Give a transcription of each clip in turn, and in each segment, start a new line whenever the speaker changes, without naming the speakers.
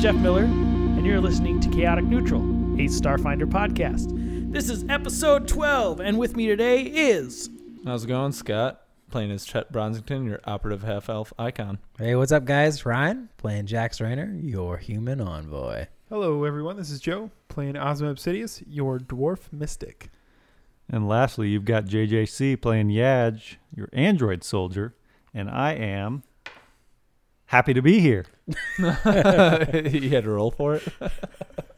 Jeff Miller, and you're listening to Chaotic Neutral, a Starfinder podcast. This is episode 12, and with me today is.
How's it going, Scott? Playing as Chet Bronsington, your operative half elf icon.
Hey, what's up, guys? Ryan playing Jax Rayner, your human envoy.
Hello, everyone. This is Joe playing Ozma Obsidius, your dwarf mystic.
And lastly, you've got JJC playing Yaj, your android soldier, and I am happy to be here.
you had to roll for it.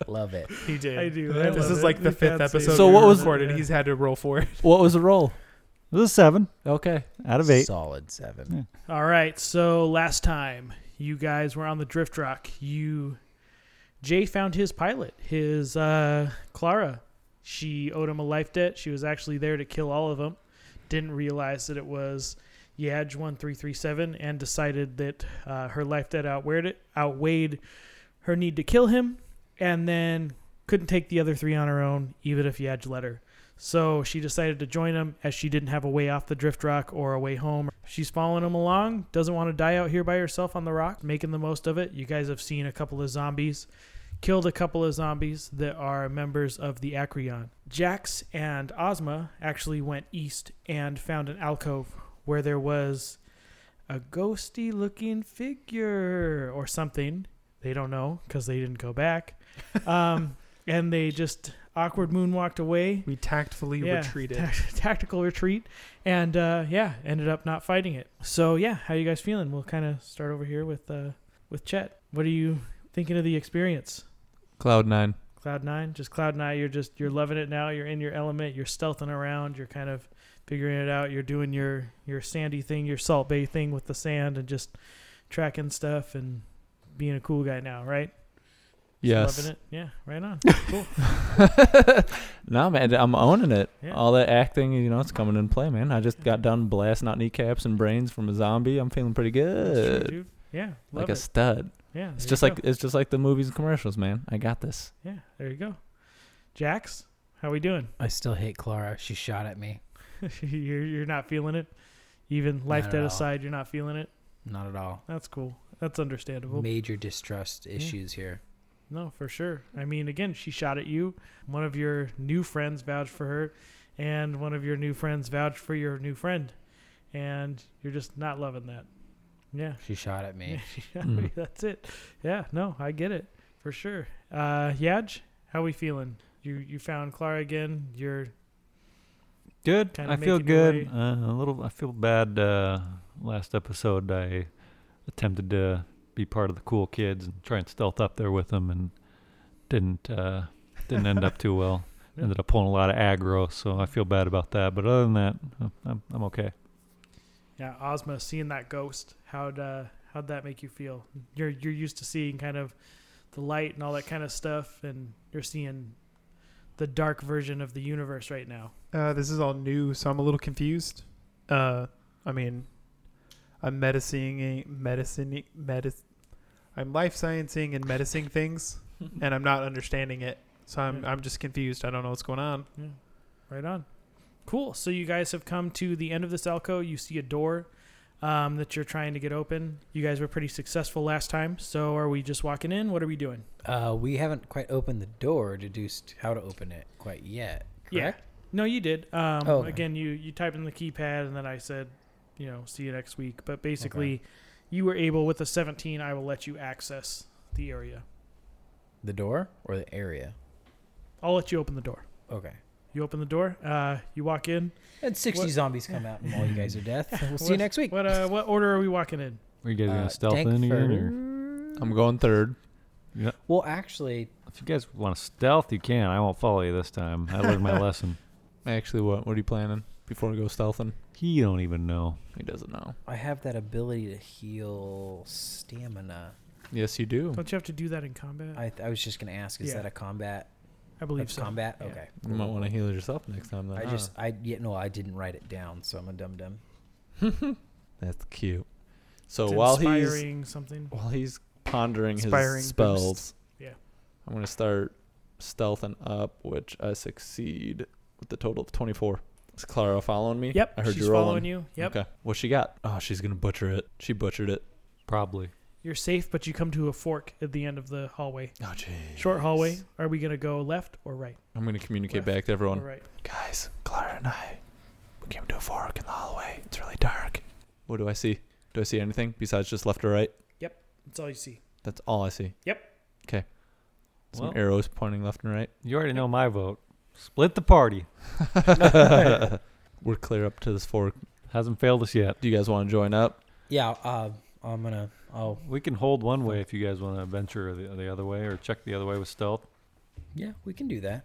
Love it.
He did.
I do. I
This
love
is
it.
like the
We
fifth
fancy.
episode.
So
we
what was-
recorded?
Yeah.
He's had to roll for it.
What was the roll?
This is seven
Okay.
out of eight.
Solid seven.
All right, so last time you guys were on the Drift Rock, you. Jay found his pilot, his uh, Clara. She owed him a life debt. She was actually there to kill all of them. Didn't realize that it was Yaj 1337 and decided that uh, her life debt outweighed, it, outweighed her need to kill him and then couldn't take the other three on her own, even if Yaj let her. So she decided to join him as she didn't have a way off the drift rock or a way home. She's following him along, doesn't want to die out here by herself on the rock, making the most of it. You guys have seen a couple of zombies, killed a couple of zombies that are members of the Acreon. Jax and Ozma actually went east and found an alcove where there was a ghosty looking figure or something. They don't know because they didn't go back. Um, and they just awkward moonwalked away
We tactfully
Yeah.
retreated.
tac- tactical retreat and uh, yeah ended up not fighting it so yeah how you guys feeling we'll kind of start over here with uh, with chet what are you thinking of the experience
Cloud nine.
cloud nine just cloud nine you're just you're loving it now you're in your element you're stealthing around you're kind of figuring it out you're doing your your sandy thing your salt bay thing with the sand and just tracking stuff and being a cool guy now right Just
Yes.
loving it yeah right on
no, man, I'm owning it.
Yeah.
All that acting, you know, it's coming in play, man. I just got done blasting out kneecaps and brains from a zombie. I'm feeling pretty
That's true,
good.
dude. yeah love
Like a
it.
stud.
yeah
It's
there
just
you
like
go.
it's just like the movies and commercials, man. I got this.
Yeah, there you go. Jax, how we doing?
I still hate Clara. She shot at me.
you're you're not feeling it. Even life
at
debt
all.
aside, you're not feeling it.
Not at all.
That's cool. That's understandable.
Major distrust issues here.
No, for sure. I mean, again, she shot at you. One of your new friends vouched for her, and one of your new friends vouched for your new friend, and you're just not loving that. Yeah.
She shot at me.
I
Mm.
Hmm.
mean, That's it. Yeah, no, I get it for sure. Uh, Yaj, how we feeling? You you found Clara again. You're
Good.
Kinda
I feel
making your
good. Uh, a little. I feel bad. Uh, last episode, I attempted to be part of the cool kids and try and stealth up there with them, and didn't uh, didn't end up too well.
Yeah.
Ended up pulling a lot of aggro, so I feel bad about that. But other than that, I'm- I'm, I'm okay.
Yeah, Ozma, seeing that ghost, how'd uh, how'd that make you feel? You're you're used to seeing kind of the light and all that kind of stuff, and you're seeing the dark version of the universe right now.
Uh, this is all new, so I'm a little confused. Uh, I mean, I'm medicining, medicine, medic. I'm life sciencing and medicine things, and I'm not understanding it. So I'm,
Yeah.
I'm just confused. I don't know what's going on.
Yeah, right on. Cool. So you guys have come to the end of this alcove. You see a door um, that you're trying to get open. You guys were pretty successful last time. So are we just walking in? What are we doing?
Uh, we haven't quite opened the door, deduced how to open it quite yet. Correct?
Yeah. No, you did. Um,
Oh, okay.
Again, you you type in the keypad, and then I said, you know, see you next week. But basically, you were able with a 17. I will let you access the area.
The door or the area?
I'll let you open the door.
Okay.
You open the door. Uh, you walk in.
And 60
What-
zombies come out and all you guys are death. We'll see you
What-
next week.
What uh, what order are we walking in?
Are you guys
Uh,
gonna stealth
tank
in again? Or?
first.
I'm going third.
Well, actually,
If you guys want to stealth, you can. I won't follow you this time. I learned my lesson.
Actually, what what are you planning before we go stealthing?
He don't even know.
He doesn't know.
I have that ability to heal stamina.
Yes, you do.
Don't you have to do that in combat? I,
Oh. I, I was just gonna ask, is
Yeah.
that a combat?
believe
that's
so.
combat.
Yeah.
Okay.
You might want to heal yourself next time. Then.
I
huh?
just, I yeah, no, I didn't write it down, so I'm a dum dum.
Ah, That's cute. So
It's
while he's
inspiring something.
while he's pondering
Inspiring
his
boost.
spells,
Yeah.
I'm gonna start stealthing up, which I succeed with the total of 24. Is Clara following me?
Yep.
I heard
she's
you rolling.
following you. Yep.
Okay. What she got? Oh, she's gonna butcher it. She butchered it.
Probably.
You're safe, but you come to a fork at the end of the hallway.
Oh, jeez.
Short hallway. Are we gonna go left or right?
I'm gonna
Left
communicate back to everyone.
Or right.
Guys, Clara and I, we came to a fork in the hallway. It's really dark. What do I see? Do I see anything besides just left or right?
That's all you see.
That's all I see. Some
Well,
arrows pointing left and right.
you already know my vote. Split the party.
We're clear up to this fork.
Hasn't failed us yet.
Do you guys want to join up?
Yeah, uh, I'm gonna. I'll.
We can hold one way if you guys want to venture the, the other way or check the other way with stealth.
Yeah, we can do that.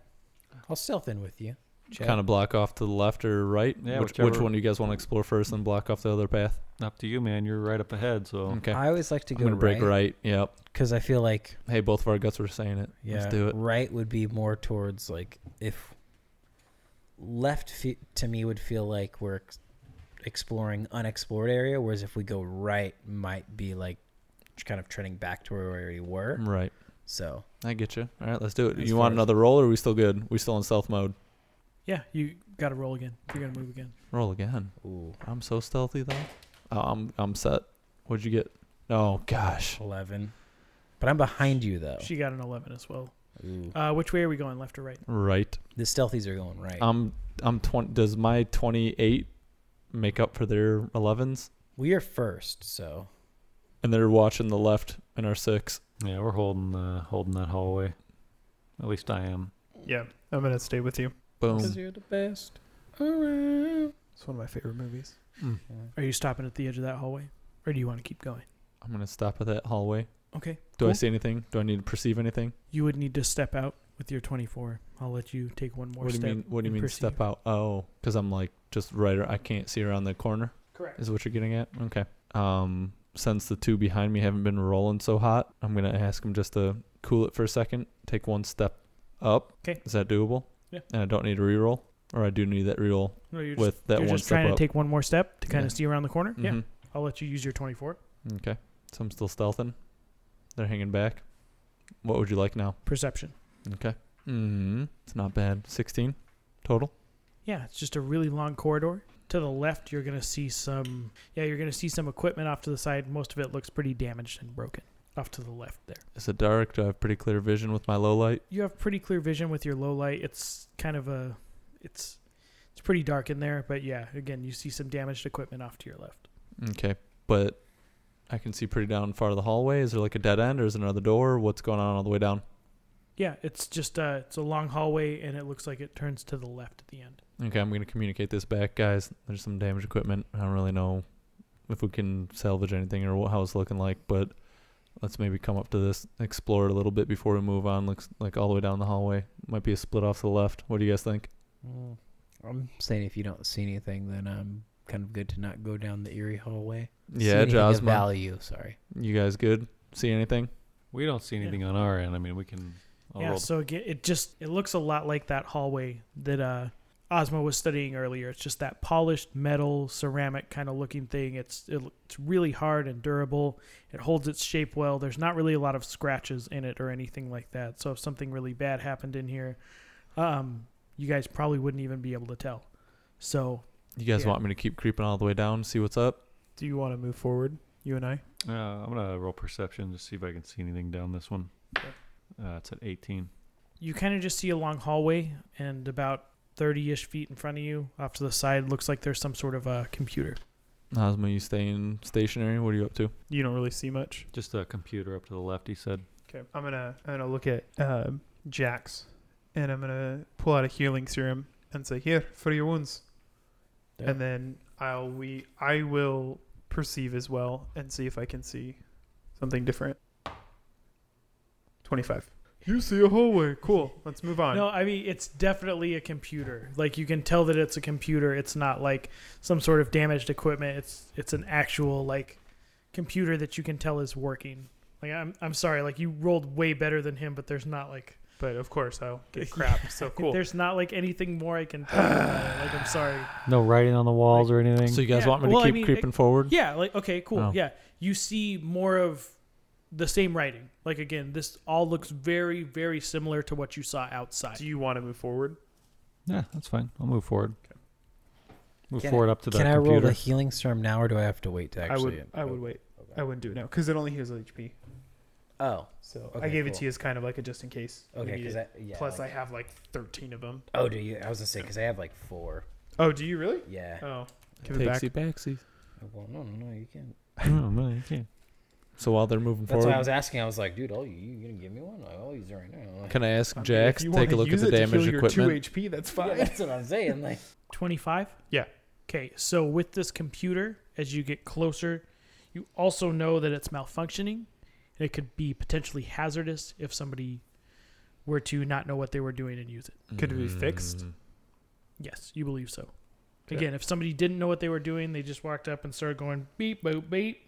I'll stealth in with you. Chad.
Kind of block off to the left or right?
Yeah,
which, which
whichever.
one do you guys want to explore first and block off the other path?
Up to you, man. You're right up ahead, so
Okay.
I always like to
I'm
go
going to break
right
right. Yep.
because I feel like
Hey, both of our guts were saying it.
yeah,
Let's do it.
right would be more towards like if left fe- to me would feel like we're ex- exploring unexplored area, whereas if we go right, might be like kind of trending back to where we already were.
Right.
So
I get you. All right, let's do it.
As
you
far
want
as-
another roll or are we still good? We still in stealth mode.
Yeah, you gotta roll again. You're gonna move again.
Roll again.
ooh,
I'm so stealthy though. Oh, I'm I'm set. What'd you get? Oh gosh.
eleven. But I'm behind you though.
She got an eleven as well.
Ooh.
Uh, which way are we going? Left or right?
Right.
The stealthies are going right.
I'm I'm twenty. Does my twenty eight make up for their elevens?
we are first, so
And they're watching the left and our six.
yeah, we're holding uh, holding that hallway. At least I am.
Yeah, I'm gonna stay with you.
Boom.
you're the best. around.
It's one of my favorite movies.
Are you stopping at the edge of that hallway, or do you want to keep going?
I'm gonna stop at that hallway.
Okay.
Do I
cool.
see anything? Do I need to perceive anything?
You would need to step out with your 24. I'll let you take one more
what do
step.
you mean? What do you
and
mean
perceive.
step out? Oh, because I'm like just right. ar- I can't see around the corner.
Correct.
Is what you're getting at? Okay. Um, since the two behind me haven't been rolling so hot, I'm gonna ask them just to cool it for a second. Take one step up.
'Kay.
Is that doable?
Yeah.
And I don't need to reroll, or I do need that reroll
No, you're just,
with that
you're
one
just
step
trying
up.
to take one more step to kind
Yeah.
of see around the corner. Yeah.
Mhm.
I'll let you use your 24.
Okay. So I'm still stealthing. They're hanging back. What would you like now?
Perception.
Mm. It's not bad. Sixteen total.
Yeah, it's just a really long corridor. To the left, you're gonna see some. Yeah, you're gonna see some equipment off to the side. Most of it looks pretty damaged and broken. Off to the left there.
Is it dark? Do I have pretty clear vision with my low light?
you have pretty clear vision with your low light. It's kind of a, it's, it's pretty dark in there. But yeah, again, you see some damaged equipment off to your left.
Okay. But I can see pretty down far of the hallway. Is there like a dead end or is there another door? What's going on all the way down?
Yeah, it's just uh, it's a long hallway, and it looks like it turns to the left at the end.
Okay, I'm gonna communicate this back, guys. There's some damaged equipment. I don't really know if we can salvage anything or what, how it's looking like, but let's maybe come up to this, explore it a little bit before we move on. Looks like all the way down the hallway. Might be a split off to the left. What do you guys think?
Mm. I'm saying if you don't see anything, then I'm kind of good to not go down the eerie hallway. See
Yeah,
anything of
Jasmine.
Value, sorry.
You guys good? See anything?
We don't see
Yeah.
anything on our end. I mean, we can. I'll
yeah,
roll the-
so again, it just it looks a lot like that hallway that uh, Ozma was studying earlier. It's just that polished metal ceramic kind of looking thing. It's it, lo- it's really hard and durable. It holds its shape well. There's not really a lot of scratches in it or anything like that. So if something really bad happened in here, um, you guys probably wouldn't even be able to tell. So
You guys
Yeah.
want me to keep creeping all the way down, see what's up?
Do you want to move forward, you and I?
uh, I'm gonna roll perception to see if I can see anything down this one. Uh, it's at 18.
you kind of just see a long hallway and about 30-ish feet in front of you off to the side looks like there's some sort of a computer
Ozma, you staying stationary? What are you up to?
You don't really see much.
Just a computer up to the left. He said.
Okay, I'm gonna I'm gonna look at uh, Jax, and I'm gonna pull out a healing serum and say, "Here for your wounds,"
Yeah.
and then I'll we I will perceive as well and see if I can see something different. Twenty five. You see a hallway. Cool. Let's move on.
No, I mean it's definitely a computer. Like you can tell that it's a computer. It's not like some sort of damaged equipment. It's it's an actual like computer that you can tell is working. Like I'm I'm sorry, like you rolled way better than him, but there's not like
But of course I'll get crap. So cool.
there's not like anything more I can tell. you about it. like I'm sorry.
No writing on the walls or anything.
So you guys
Yeah,
want me to
well, I
keep
mean,
creeping forward?
Yeah, like okay, cool.
Oh.
Yeah. You see more of the same writing. Like again, this all looks very very similar to what you saw outside.
Do you want to move forward?
yeah, that's fine. I'll move forward. Move
Can I-
forward up to the
Can I roll
computer.
the healing storm now, or do I have to wait to actually?
I would I would wait.
Okay.
I wouldn't do it now because it only heals HP.
Oh,
So I
Okay,
gave it
cool.
to you as kind of like a just in case. you
okay.
need
Because
it.
yeah.
Plus,
like-
I have like 13 of them.
Oh, do you? I was gonna say because I have like four.
Oh, do you really?
Yeah.
Oh, give it back.
Takesy backsies.
Well, no, no, no, you can't.
no, Oh, no, you can't.
So while they're moving
That's
forward,
why I was asking. I was like, dude, oh, you, you gonna give me one? I'll use it right now.
can I ask
I mean, if
Jax
you
to take a
wanna
look at
use
the
it to heal
damaged
your two
equipment?
HP. That's
Yeah,
fine.
that's what I'm saying. Like,
25?
Yeah.
Okay, so with this computer, as you get closer, you also know that it's malfunctioning. and It could be potentially hazardous if somebody were to not know what they were doing and use it.
Could it be fixed?
Mm.
Yes, you believe so.
Okay.
Again, if somebody didn't know what they were doing, they just walked up and started going beep, boop, beep,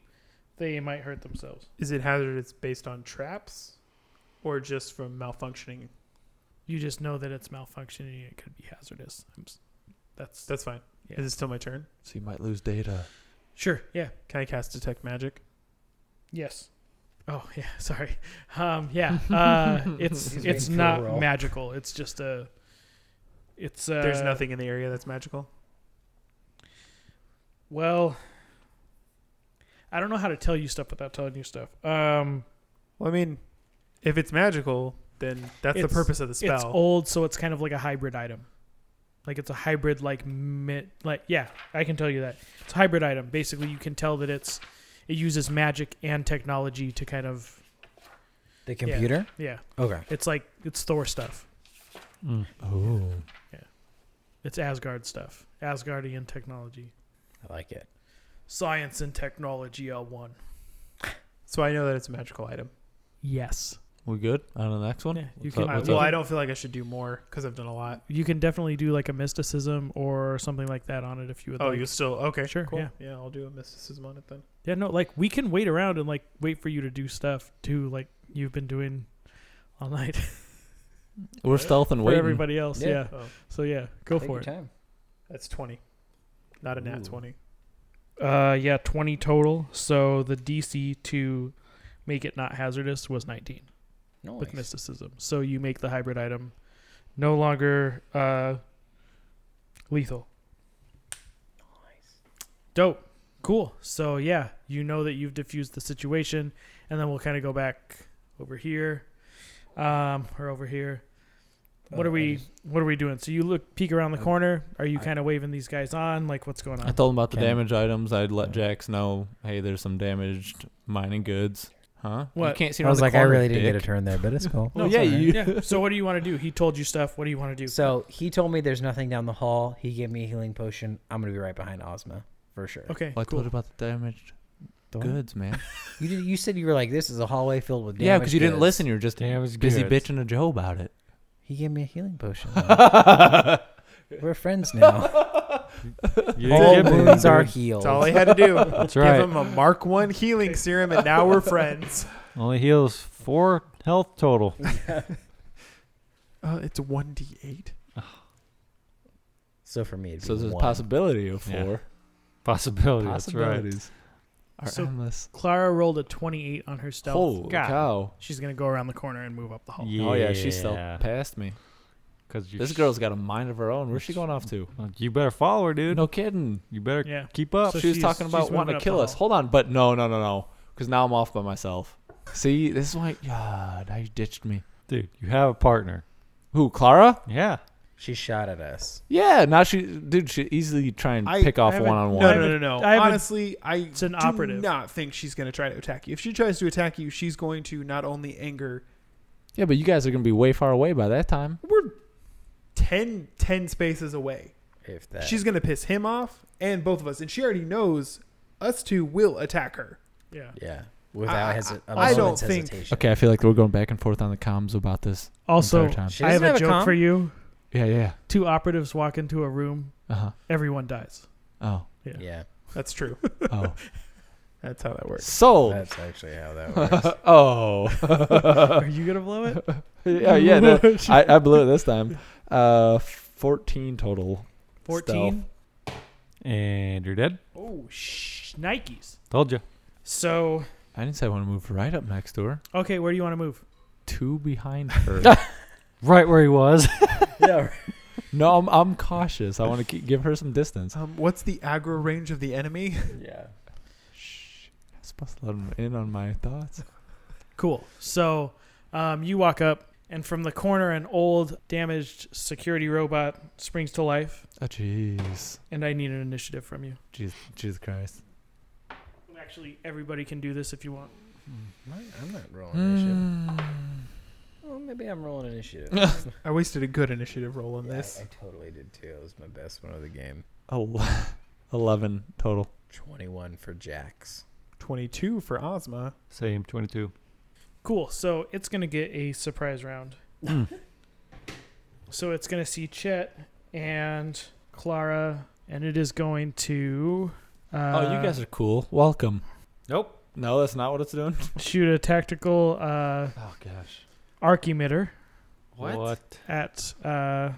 they might hurt themselves.
Is it hazardous based on traps, or just from malfunctioning?
You just know that it's malfunctioning. It could be hazardous. I'm s- that's
That's fine.
Yeah.
Is it still my turn?
So you might lose data.
sure. Yeah.
Can I cast detect magic?
Yes. Oh yeah. Sorry. Um, yeah. Uh, it's it's
He's waiting for a
not
roll.
magical. It's just a. It's uh,
There's nothing in the area that's magical.
Well, I don't know how to tell you stuff without telling you stuff. Um,
Well, I mean, if it's magical, then that's the
It's-
purpose of the spell.
it's old, so it's kind of like a hybrid item. Like it's a hybrid, like mit, like yeah, I can tell you that it's a hybrid item. Basically, you can tell that it's it uses magic and technology to kind of
the
computer? yeah.
Okay.
It's like it's Thor stuff.
Mm.
Oh.
It's Asgard stuff. Asgardian technology.
I like it.
Science and technology are one.
so I know that it's a magical item.
Yes.
We good on the next one?
Yeah, you
What's
can-
up,
I,
what's
well,
up?
I don't feel like I should do more because I've done a lot.
You can definitely do like a mysticism or something like that on it if you would
Oh,
like.
you still okay?
Sure,
Cool.
yeah.
yeah, I'll do a mysticism on it then.
yeah, no, like we can wait around and like wait for you to do stuff too, like you've been doing all night
We're stealth and
for
waiting.
everybody else. Yeah.
Yeah.
Oh,
So yeah, go
Take
for
your
it.
time.
that's twenty, not a nat
Ooh.
twenty.
Uh yeah, 20 total. So the DC to make it not hazardous was 19.
No.
with mysticism. So you make the hybrid item no longer uh, lethal. Dope. Cool. So yeah, you know that you've diffused the situation, and then we'll kind of go back over here, um, or over here. What
Oh,
are we?
I just-
What are we doing? So you look peek around the
I-
corner. Are you
I-
kind of waving these guys on? Like what's going
I
on?
told him about the
Can-
damaged items. I'd let
Yeah.
Jax know, hey, there's some damaged mining goods. Huh? You
What?
can't see
I
around
was
the
like, I
corner,
really didn't get a
dick.
turn there, but it's cool.
Well, yeah, you.
yeah. So what do you want to do? He told you stuff. What do you want to do?
So he told me there's nothing down the hall. He gave me a healing potion. I'm gonna be right behind Ozma for sure.
okay,
Well, I told
cool.
you about the damaged goods, man.
You did, you said you were like, this is a hallway filled with damage.
yeah, because you didn't listen. You were just
Damaged
busy
goods.
bitching to Joe about it.
He gave me a healing potion. we're friends now.
Yeah,
All
yeah, baby.
wounds are healed.
That's all I had to do.
That's right.
Give him a Mark One healing serum, and now we're friends.
Only heals four health total.
Uh, it's one d eight.
So for me, it'd be
So there's a
one. Oh,
possibility of
Yeah.
four.
Possibility. That's right.
Possibilities are
So-
endless.
Clara rolled a 28 on her stealth.
Holy
God.
cow.
She's gonna go around the corner and move up the hall.
Oh, yeah, she's still past me.
Cause you
This girl's got a mind of her own. Where's she going off to?
You better follow her, dude.
No kidding.
You better
Yeah.
keep up.
So
she
Oh,
was
she's-
talking
she's
about
moving
wanting
up
to
the
kill us.
hall.
Hold on, but no, no, no, no. Because now I'm off by myself. See, this is why. God, now you ditched me.
Dude, you have a partner.
Who, Clara?
Yeah.
She shot at us.
Yeah, now she, dude, she easily try and
I-
pick off
I haven't-
one on
No,
one.
I
no, no,
haven't-
no.
I haven't-
Honestly, I
It's an
do
operative.
not think she's going to try to attack you. If she tries to attack you, she's going to not only anger
Yeah, but you guys are gonna be way far away by that time.
we're 10, 10 spaces away.
If that.
She's going to piss him off and both of us. And she already knows us two will attack her.
Yeah.
Yeah. Without
I-
hesi- a
I don't
moment's
think-
hesitation.
Okay, I feel like we're going back and forth on the comms about this.
Also,
entire time.
She
I have
doesn't
a
have a
joke
com?
for you.
Yeah, yeah.
Two operatives walk into a room,
Uh huh.
everyone dies.
Oh,
Yeah.
Yeah.
That's true.
oh.
That's how that works.
so.
That's actually how that works.
oh.
Are you gonna blow it?
yeah, yeah. No, I, I blew it this time. Uh, fourteen total.
Fourteen.
And you're dead.
Oh, sh- Nikes.
Told you.
So,
I didn't say I want to move right up next to her.
okay, where do you want to move?
Two behind her.
Right where he was.
yeah.
no, I'm, I'm cautious. I want to give her some distance.
Um, what's the aggro range of the enemy?
Yeah.
Shh. That's supposed to let him in on my thoughts.
Cool. So um, you walk up, and from the corner, an old, damaged security robot springs to life,
Oh, jeez.
and I need an initiative from you.
Jesus, Jesus Christ.
Actually, everybody can do this if you want.
I'm not rolling initiative.
Mm.
Well, maybe I'm rolling initiative.
I wasted a good initiative roll on this.
I, totally did too. It was my best one of the game.
Ele- 11 total.
21 for Jax.
22 for Ozma.
Same, 22.
Cool. So it's going to get a surprise round.
Mm.
so it's going to see Chet and Clara, and it is going to. Uh,
oh, you guys are cool. Welcome.
Nope.
No, that's not what it's doing.
shoot a tactical uh,
Oh, gosh.
arc emitter
What?
at uh,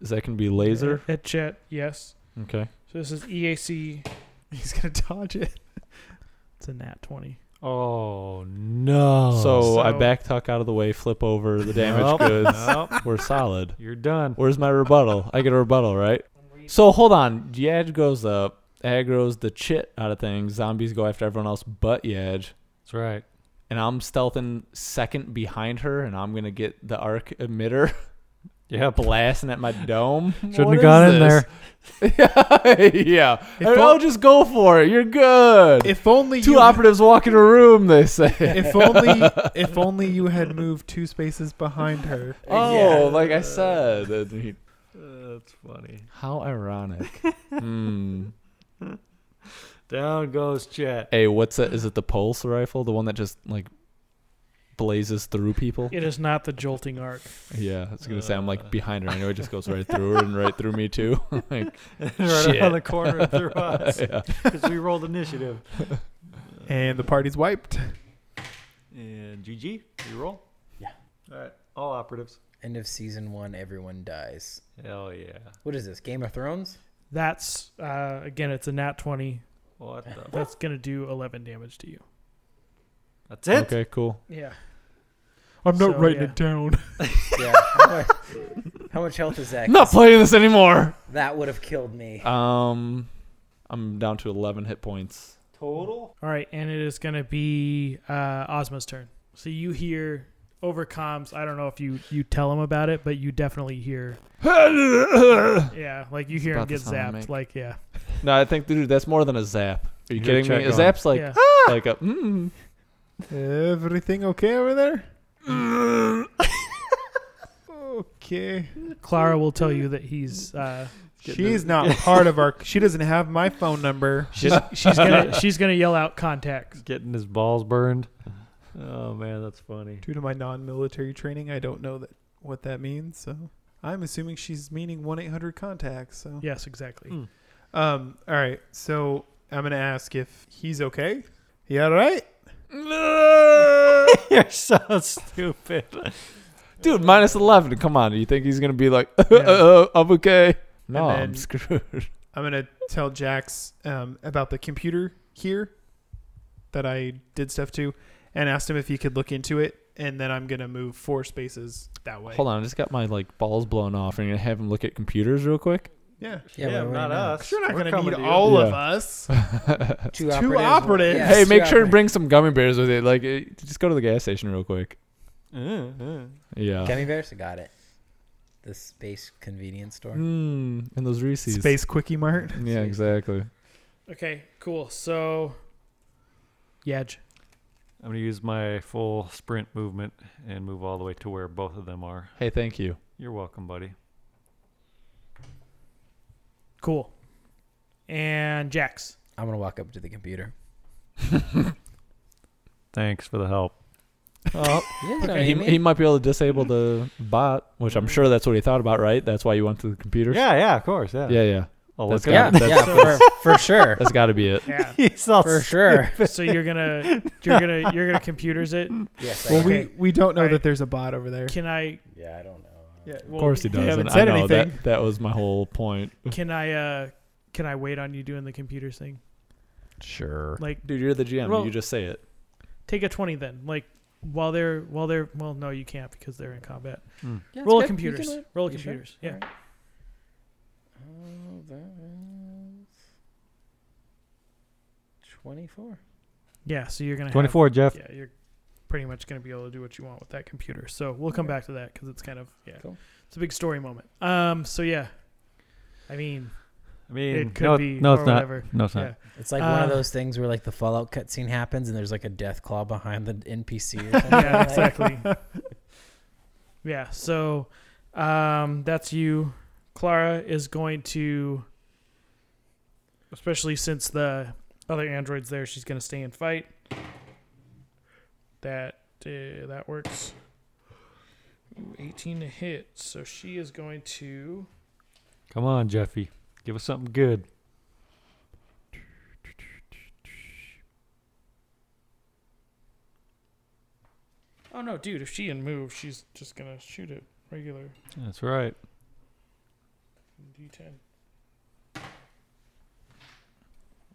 Is that going to be laser?
at Chet. Yes.
Okay.
So this is E EAC.
He's going to dodge it.
It's a nat twenty.
Oh, no.
so, I
So-
back tuck out of the way, flip over the damaged
Nope.
goods.
Nope.
We're solid.
You're done.
Where's my rebuttal? I get a rebuttal, right? So hold on. Yaj goes up. Aggro's the chit out of things. Zombies go after everyone else but Yaj.
That's right.
And I'm stealthing second behind her, and I'm gonna get the arc emitter
Yeah,
blasting at my dome.
Shouldn't
What
have gone
is
in there.
this? yeah,
If
I mean,
all-
I'll just go for it. You're good.
If only
Two
you
operatives walk in a room, they say.
if only if only you had moved two spaces behind her.
Oh, like I said, and he-
that's funny.
how ironic. Hmm.
Down goes Chet.
Hey, what's that? Is it the pulse rifle? The one that just like blazes through people?
It is not the jolting arc.
Yeah, I was gonna say I'm
Uh.
like behind her. I know it just goes right through her and right through me too. like,
right around the corner and through us
yeah.
because we rolled initiative.
And the party's wiped.
And GG, you roll?
Yeah.
All right, all operatives.
End of season one, everyone dies.
Hell yeah.
What is this? Game of Thrones?
That's uh, again, it's a nat twenty.
What the?
That's gonna do eleven damage to you.
That's it?
Okay, cool.
Yeah.
I'm
not So, writing yeah. it
down.
Yeah. How much, how much health is that?
I'm not
'Cause
playing this anymore.
That would have killed me.
Um, I'm down to 11 hit points.
Total?
All right, and it is gonna be uh, Ozma's turn. So you hear over comms. I don't know if you you tell him about it, but you definitely hear.
no,
Yeah, like you hear him
about the
get
sound I
zapped.
make.
Like yeah,
I think dude, that's more than a zap. Are you
You're
kidding me?
check
A
on. Ah!
zap's like
yeah.
like a mm.
Everything okay over there? okay.
Clara will tell you that he's uh,
She's not part of our. She doesn't have my phone number.
she's, she's gonna she's gonna yell out contacts.
Getting his balls burned. Oh, man, that's funny.
Due to my non-military training, I don't know that what that means. So I'm assuming she's meaning one eight hundred contacts. So
Yes, exactly.
Hmm.
um. All right. So I'm gonna ask if he's okay. He all right?
You're so stupid.
dude minus 11. Come on, you think he's gonna be like
Yeah.
uh, I'm okay? No,
And
I'm
then-
screwed.
I'm gonna tell Jax um, about the computer here that I did stuff to, and asked him if he could look into it, and then I'm gonna move four spaces that way.
Hold on, I just got my like balls blown off. and you gonna have him look at computers real quick?
Yeah,
Yeah, but we
not
know.
us.
you're not
We're
gonna
coming
need
to you.
all of
Yeah.
us.
Two,
operatives. Yeah,
hey, make sure to bring some gummy bears with it. Like, it, just go to the gas station real quick.
Uh-huh.
Yeah.
Gummy bears? Got it. The space convenience store.
Mm, and those Reese's.
Space quickie mart.
Yeah, exactly.
Okay, cool. So, Yaj.
I'm going to use my full sprint movement and move all the way to where both of them are.
Hey, thank you.
You're welcome, buddy.
Cool. And Jax.
I'm going to walk up to the computer.
Thanks for the help.
Oh,
Yeah,
okay. he, he might be able to disable the bot, which I'm sure that's what he thought about, right? That's why you went to the computer.
Yeah, yeah, of course. Yeah.
yeah, yeah.
Oh,
I'll
That's
look
got
yeah,
it.
at
yeah, for, for sure.
That's got to be it.
Yeah.
it. He's all
For sure.
so you're gonna you're gonna you're gonna computers it.
Yes, I
Well,
am.
Okay.
we we don't know
All right.
that there's a bot over there.
Can I
Yeah, I don't know.
Yeah,
Of course he
Well,
does.
you haven't
and
said
I know
anything.
That, that was my whole point.
can I uh can I wait on you doing the computers thing?
Sure.
Like
Dude, you're the GM.
Well-
you just say it.
take a twenty then. Like while they're while they're well no you can't because they're in combat.
Hmm.
Roll a computers. Roll a
You sure?
computers. Yeah.
Alright. Oh, that is Twenty-four.
Yeah, so you're gonna have-
24, Jeff.
yeah, you're pretty much gonna be able to do what you want with that computer. So we'll come
Okay.
back to that because it's kind of yeah,
Cool.
it's a big story moment. Um, so yeah, I mean,
I mean,
it could
no,
be
no,
or
it's not.
whatever.
No, it's
Yeah.
not.
It's like one of
Uh,
those things where like the Fallout cutscene happens and there's like a death claw behind the NPC. Or something.
yeah,
Like,
exactly. yeah, so um, that's you. Clara is going to, especially since the other android's there, she's going to stay and fight. That uh, that works. Ooh, 18 to hit, so she is going to.
Come on, Jeffy. Give us something good.
Oh no, dude! If she can move, she's just gonna shoot it regular
That's right.
D10.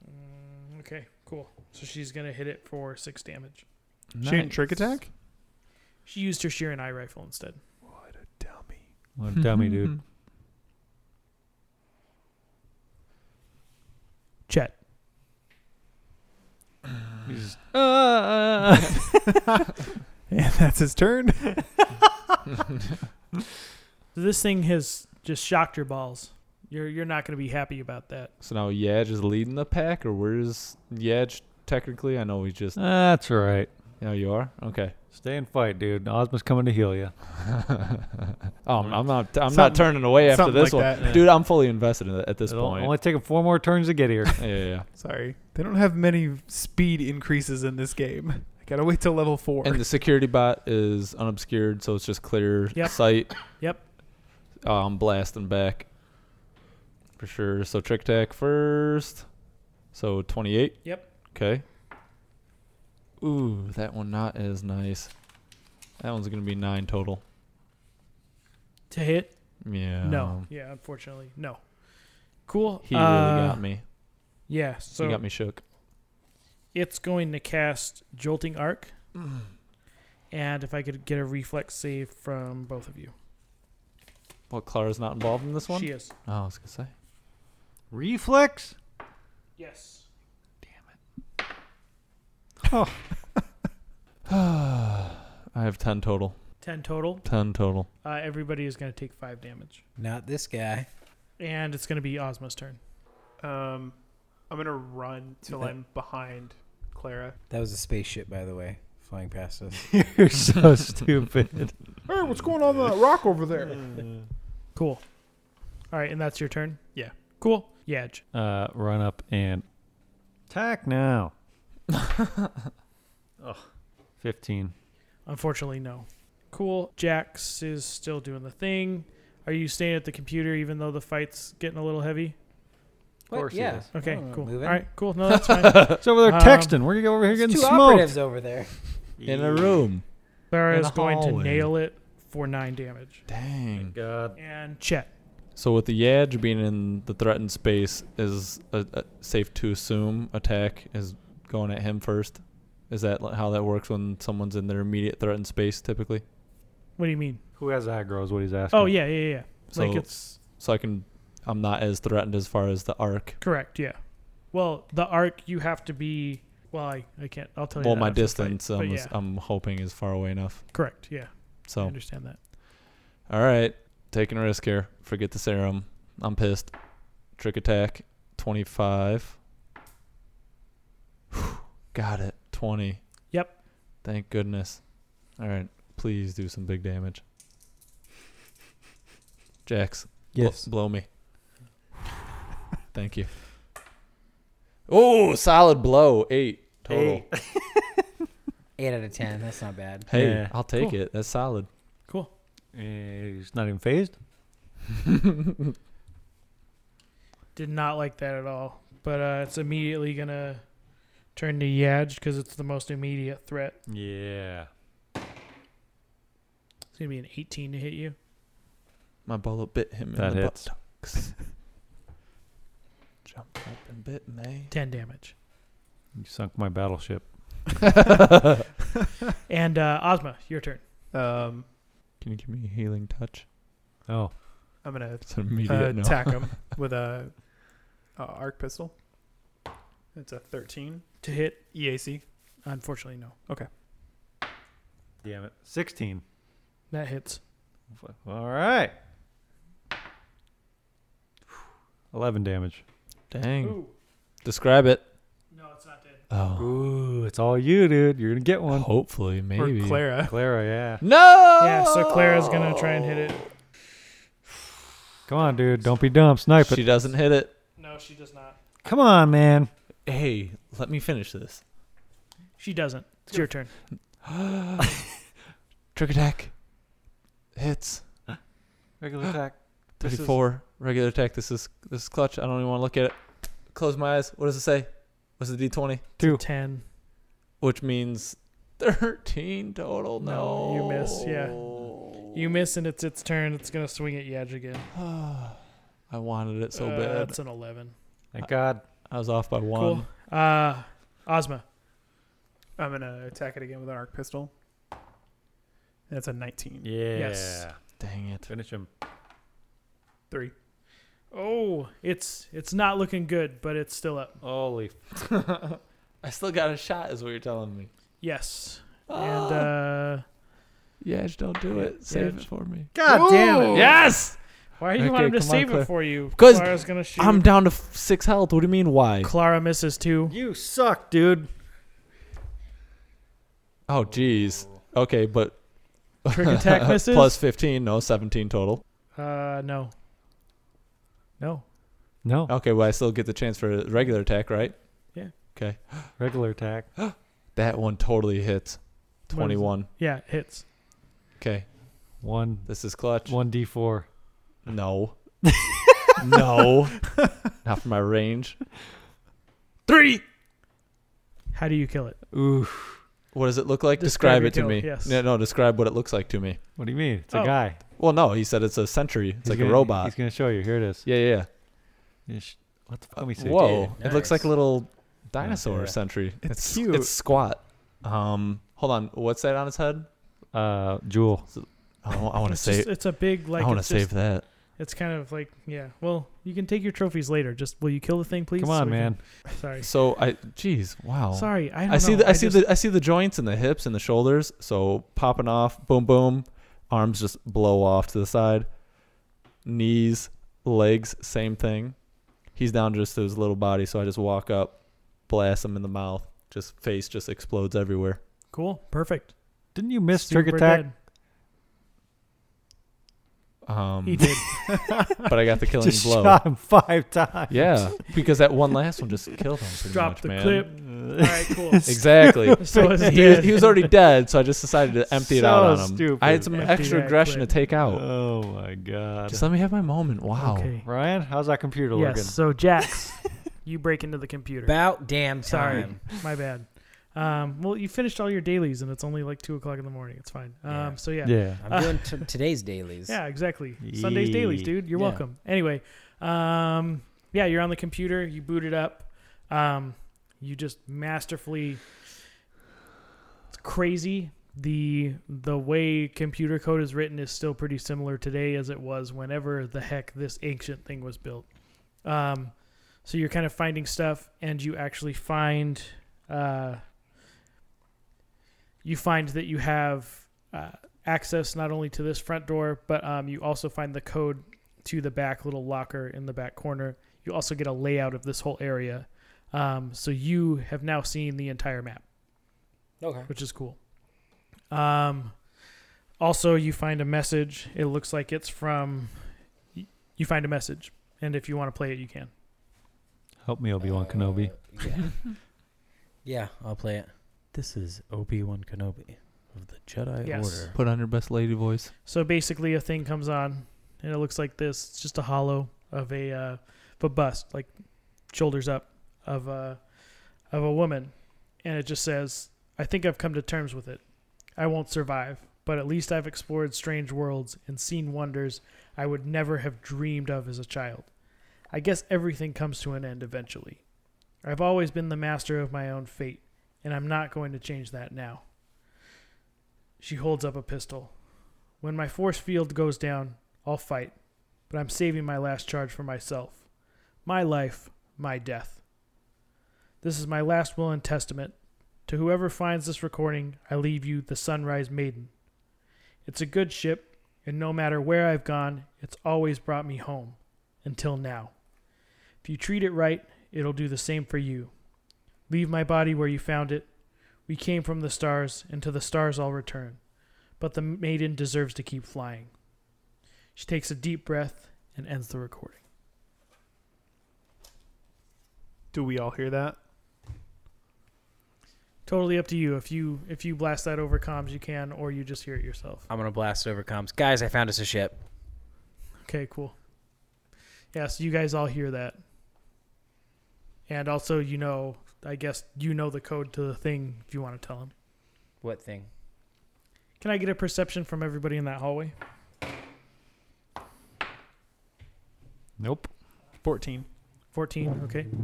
Mm, okay, cool. So she's gonna hit it for six damage.
Shooting trick attack?
She used her sheer and eye rifle instead.
What a dummy.
What a dummy, dude.
Chet.
He's-
And that's his turn.
This thing has just shocked your balls. You're you're not gonna be happy about that.
So now Yaj is leading the pack, or where's Yaj technically? I know he just.
That's right.
Now you are? Okay.
Stay and fight, dude. Ozma's coming to heal you.
Oh, I'm, I'm not. I'm not
Something-
turning away after
something
this
like
one,
that.
dude. I'm fully invested in it at this
It'll
point.
only take him four more turns to get here.
yeah, yeah, yeah.
Sorry. They don't have many speed increases in this game. I gotta wait till level four.
And the security bot is unobscured, so it's just clear
Yep.
sight.
Yep.
Um, blasting back for sure. So trick attack first. So 28.
Yep.
Okay. Ooh, that one not as nice. That one's gonna be nine total.
To hit?
Yeah.
no. Yeah, unfortunately, no. Cool.
He really
Uh,
got me.
Yeah. So
he got me shook.
it's going to cast Jolting Arc, and if I could get a reflex save from both of you,
Well, Clara's not involved in this one.
she is.
oh, I was gonna say.
Reflex?
Yes.
I have ten total.
Ten total.
Ten total.
Uh, everybody is going to take five damage,
Not this guy.
and it's going to be Ozma's turn.
um, I'm gonna run till
Okay.
I'm behind Clara.
That was a spaceship, by the way, flying past us.
You're so stupid.
Hey, what's going on with that rock over there?
Cool. All right, and that's your turn.
Yeah.
Cool. Yaj.
Uh, run up and attack now. Ugh. 15.
Unfortunately, no. Cool. Jax is still doing the thing. Are you staying at the computer even though the fight's getting a little heavy?
Of course he
yeah.
is.
Okay,
I don't
cool. All
move in.
right, cool. No, that's fine.
It's over there
Um,
texting. We're going to go over here
There's
getting
two
smoked.
operatives over there.
In a room.
Clara
In the
is going to
hallway.
nail it for nine damage.
Dang.
God.
And Chet.
uh, So with the Yadge being in the threatened space, is a, a safe to assume attack is going at him first? Is that li- how that works when someone's in their immediate threatened space typically?
What do you mean?
Who has aggro is what he's asking.
Oh yeah, yeah, yeah.
So
like it's
so I can I'm not as threatened as far as the arc.
correct. Yeah. Well, the arc you have to be. Well, I, I can't. I'll tell you.
Well,
that
my
after the
distance
fight, but
I'm,
yeah,
as- I'm hoping is far away enough.
correct. Yeah, I
So
understand that.
all right, taking a risk here. Forget the serum. I'm pissed. Trick attack, 25. Whew, got it, 20.
Yep.
Thank goodness. All right, please do some big damage. Jax, bl- blow me. Thank you. Oh, solid blow. Eight total.
Eight out of ten. That's not bad.
Hey,
Yeah.
I'll take
Cool.
it. That's solid.
Cool.
Eh, He's not even phased.
Did not like that at all. But uh, it's immediately gonna turn to Yaj because it's the most immediate threat.
Yeah.
It's gonna be an 18 to hit you.
My bullet bit him
That
in the
hits.
buttocks. Jumped up and bit me.
10 damage.
You sunk my battleship.
And uh, Ozma, your turn.
Um,
Can you give me a healing touch?
Oh.
I'm gonna
It's an immediate
uh,
no.
attack him with a, a arc pistol. It's a 13.
to hit? E
EAC.
Unfortunately, no.
Damn it. 16.
That hits.
Fuck. All right. 11 damage.
Dang. Describe it.
No, it's not dead.
Oh.
Ooh, it's all you, dude. You're going to get one.
Hopefully, maybe.
Or Clara.
Clara, yeah.
No.
Yeah, so Clara's gonna try and hit it.
Come on, dude. Don't be dumb. Snipe
She
it.
doesn't hit it.
No, she does not.
Come on, man.
Hey, let me finish this.
She doesn't. It's your turn.
Trick attack. Hits.
Regular attack. This is-
34. Regular attack. This is this is clutch. I don't even want to look at it. Close my eyes. What does it say? What's the D20?
Two.
Ten.
Which means 13 total. No.
No, you miss, yeah. You miss and it's its turn. It's gonna swing at Yaj again.
I wanted it so
Uh,
bad.
That's an eleven.
Thank God.
I was off by one.
Cool. Uh, Ozma.
I'm going to attack it again with an arc pistol. That's a 19.
Yeah.
Yes.
Dang it.
Finish him.
Three.
Oh, it's it's not looking good, but it's still up.
Holy.
I still got a shot, is what you're telling me.
Yes. And uh,
yeah, don't do it. Save
Yaj.
it for me.
God damn it.
Yes!
why do you
Oh. Okay,
want him to
come on,
save
Clara.
it for you?
'Cause
Clara's gonna shoot.
I'm down to f- six health. What do you mean, why?
Clara misses too.
You suck, dude.
Oh, jeez. Okay, but.
Trick attack misses?
Plus 15, no, 17 total.
Uh, no. No.
No.
Okay, well, I still get the chance for a regular attack, right?
Yeah.
Okay.
Oh, Regular attack.
That one totally hits.
it?
21.
Yeah, it hits.
Okay,
One.
this is clutch.
One D four.
No. no. Not for my range. Three!
How do you kill it?
Ooh.
What does it look like?
Describe
Describe,
your
it to
kill, yes.
me. No, no, describe what it looks like to me.
What do you mean? It's
Oh.
a guy.
Well, no, he said it's a sentry. It's
He's
like
gonna-
a robot.
He's gonna show you. Here it is.
Yeah, yeah,
Ish. What the fuck? Let me see.
yeah. Whoa.
Dude,
It looks like
nice.
a little dinosaur
Yeah.
sentry.
It's
it's
cute.
It's squat. Um, hold on. What's that on its head? Oh,
Uh, Jewel.
I, want to
It's, just,
save.
it's a big like.
I want to
it's just-
save that.
It's kind of like yeah. Well, you can take your trophies later. Just will you kill the thing, please?
Come
So
on,
we
man.
can- Sorry.
So I. Jeez. Wow.
Sorry. I, don't
I see
know.
the I, see
just-
the I see the joints and the hips and the shoulders. So popping off, boom boom, arms just blow off to the side, knees, legs, same thing. He's down just to his little body, so I just walk up, blast him in the mouth. Just face just explodes everywhere.
cool. Perfect.
Didn't you miss
Super
trick attack?
dead. He
Um,
did.
but I got the killing
Just
blow.
shot him five times.
Yeah, because that one last one just killed him. Pretty
Drop
much,
the
man.
clip. All right. Cool.
Exactly.
So it's
he, was,
dead.
he was already dead, so I just decided to empty it out on
So
him. I
stupid.
had some
Empty
extra
that
aggression
clip.
to take out.
Oh my god.
Just let me have my moment. Wow.
Okay.
Ryan, how's that computer looking?
Yes. So Jax, you break into the computer.
About damn time.
Sorry. My bad. Um, well, you finished all your dailies, and it's only like two o'clock in the morning. It's fine. Um,
Yeah.
So yeah.
Yeah.
I'm doing t- today's dailies.
Yeah, exactly. Sunday's dailies,
Yee.
dude. You're
Yeah.
welcome. Anyway, um, yeah, you're on the computer. You boot it up. Um, you just masterfully. It's crazy. the The way computer code is written is still pretty similar today as it was whenever the heck this ancient thing was built. Um, so you're kind of finding stuff, and you actually find. Uh, you find that you have uh, access not only to this front door, but um, you also find the code to the back little locker in the back corner. You also get a layout of this whole area. Um, so you have now seen the entire map,
Okay.
which is cool. Um, also, you find a message. It looks like it's from. You find a message, and if you want to play it, you can.
Help me, Obi Wan
Uh,
Kenobi.
Yeah. yeah, I'll play it. This is Obi Wan Kenobi of the Jedi
Yes.
Order.
Put on your best lady voice.
So basically, a thing comes on, and it looks like this. It's just a hollow of a uh, of a bust, like shoulders up, of a of a woman, and it just says, "I think I've come to terms with it. I won't survive, but at least I've explored strange worlds and seen wonders I would never have dreamed of as a child. I guess everything comes to an end eventually. I've always been the master of my own fate, and I'm not going to change that now." She holds up a pistol. When my force field goes down, I'll fight, but I'm saving my last charge for myself. My life, my death. This is my last will and testament. To whoever finds this recording, I leave you the Sunrise Maiden. It's a good ship, and no matter where I've gone, it's always brought me home. Until now. If you treat it right, it'll do the same for you. Leave my body where you found it. We came from the stars, and to the stars I'll return. But the maiden deserves to keep flying. She takes a deep breath and ends the recording.
Do we all hear that?
Totally up to you. If you if you blast that over comms, you can, or you just hear it yourself.
I'm gonna blast over comms. Guys, I found us a ship.
Okay, cool. Yeah, so you guys all hear that. And also, you know, I guess you know the code to the thing if you want to tell him.
What thing?
Can I get a perception from everybody in that hallway?
Nope.
14.
14, okay.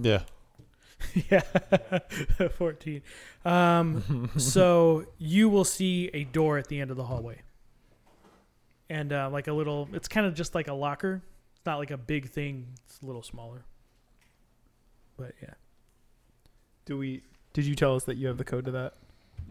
Yeah.
yeah, 14. Um, so you will see a door at the end of the hallway. And uh, like a little, it's kind of just like a locker. It's not like a big thing, it's a little smaller. But yeah.
Do we? Did you tell us that you have the code to that?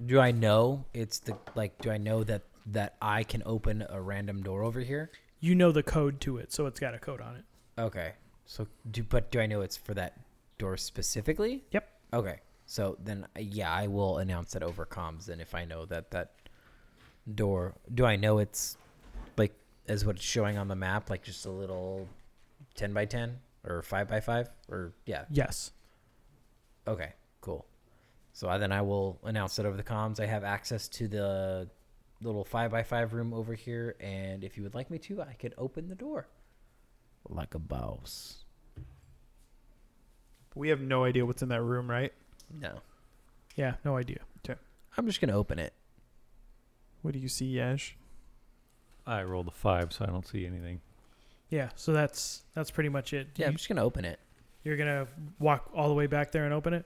Do I know it's the like? Do I know that that I can open a random door over here?
You know the code to it, so it's got a code on it.
Okay. So do but do I know it's for that door specifically?
Yep.
Okay. So then uh, yeah, I will announce it over comms and if I know that that door do I know it's like as what it's showing on the map like just a little 10 by 10 or 5 by 5 or yeah.
Yes.
Okay. Cool. So I, then I will announce it over the comms. I have access to the little 5 by 5 room over here and if you would like me to, I could open the door like a boss.
We have no idea what's in that room, right?
No.
Yeah, no idea.
I'm just going to open it.
What do you see, Yash?
I rolled a five, so I don't see anything.
Yeah, so that's that's pretty much it.
Yeah, I'm just going to open it.
You, are gonna walk all the way back there and open it.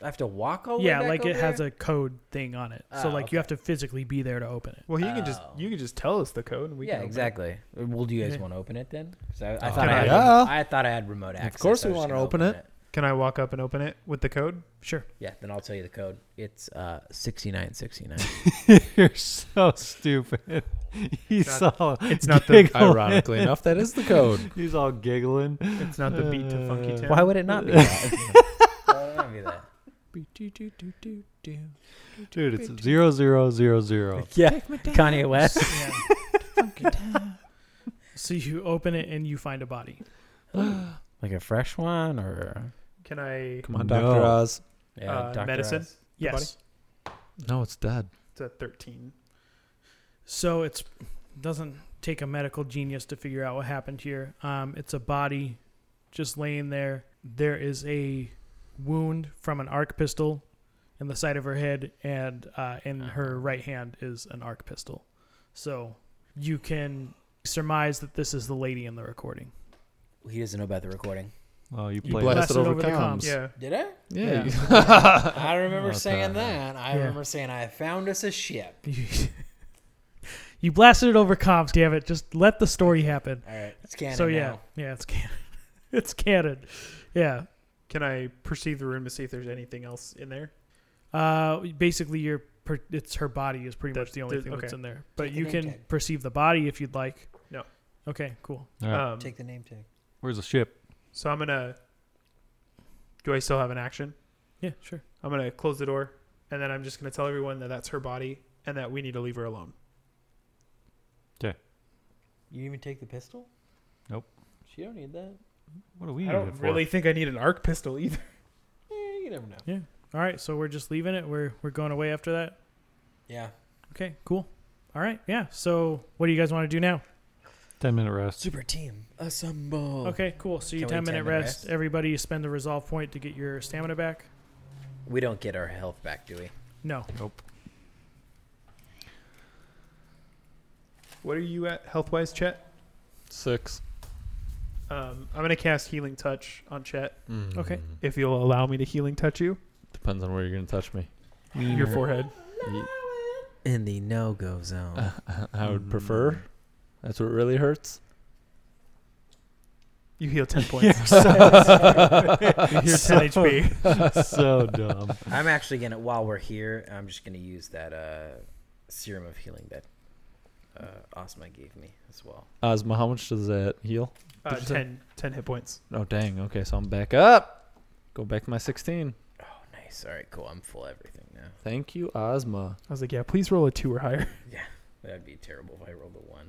I have to walk all the
yeah,
way back
like it
over
has
there?
a code thing on it. so
Oh,
like you
okay.
have to physically be there to open it.
Well, you can just
Oh.
you can just tell us the code and we
yeah,
can open it.
exactly. Well, do you guys
Okay.
want to open it then? 'Cause I, I
Oh,
thought I, had
yeah.
remote- I thought I had remote access.
course
I
we
was just
wanna
gonna
open it.
Can I walk up and open it with the code?
Sure.
Yeah, then I'll tell you the code. It's uh sixty nine sixty nine.
You're so stupid. He's
It's
all
It's not the
Ironically enough, that is the code.
He's all giggling.
it's not the beat to Funky Town.
Why would it not be that? Why would it not be that?
Dude, it's zero zero zero zero.
Yeah, Kanye West.
so you open it and you find a body.
like a fresh one or
Can I?
Come on,
No.
Dr. Oz.
yeah,
uh,
Dr.
medicine.
Oz.
The body?
Yes.
No, it's dead.
It's a thirteen.
So it's doesn't take a medical genius to figure out what happened here. Um, it's a body just laying there. There is a wound from an arc pistol in the side of her head, and uh, in
Uh-huh.
her right hand is an arc pistol. So you can surmise that this is the lady in the recording.
He doesn't know about the recording.
Oh, you
You
played.
blasted
Blasted
over,
over the
comms.
comms.
Yeah.
Did I?
Yeah.
I remember
Not
saying
that.
that. I
Yeah.
remember saying I found us a ship.
You, you blasted it over comms, damn it! Just let the story happen.
All right, it's canon
so yeah,
now.
yeah, it's canon. it's canon. Yeah.
Can I perceive the room to see if there's anything else in there?
Uh, basically, your per- it's her body is pretty
That-
much the only
that-
thing that's
okay.
in there. But
Take the
you
name
can
tag.
perceive the body if you'd like.
No.
Okay. Cool.
All right.
Um,
Take the name tag.
Where's the ship?
so I'm gonna. Do I still have an action?
Yeah. Sure.
I'm gonna close the door, and then I'm just gonna tell everyone that that's her body and that we need to leave her alone.
You even take the pistol?
Nope.
She don't need that.
What do we
I
need it
don't
for?
really think I need an arc pistol either.
Yeah, Eh, you never know.
All right. So we're just leaving it. We're we're going away after that.
Yeah.
Okay. Cool. All right. Yeah. So what do you guys want to do now?
Ten minute rest.
Super team assemble.
Okay. Cool. So you
Can we
ten minute
10 minute
rest.
rest?
Everybody spend the resolve point to get your stamina back.
We don't get our health back, do we?
No.
What are you at health wise, Chet?
Six.
Um, I'm gonna cast healing touch on Chet
Mm.
Okay.
if you'll allow me to healing touch you.
Depends on where you're going to touch me.
Your forehead.
Ye-
In the no go zone.
Mm. I would prefer. That's what really hurts.
You heal 10 points.
You're
You
so
heal 10 HP.
so dumb.
I'm actually gonna while we're here, I'm just gonna use that uh, serum of healing that uh, Ozma gave me as well.
Ozma, how much does that heal?
Uh,
What'd you say?
10, 10 hit points.
Oh dang. Okay, so I'm back up. Go back to my 16.
Oh, nice. All right, cool. I'm full everything now.
Thank you, Ozma.
I was like, yeah, please roll a 2 or higher.
That'd be terrible if I rolled a one.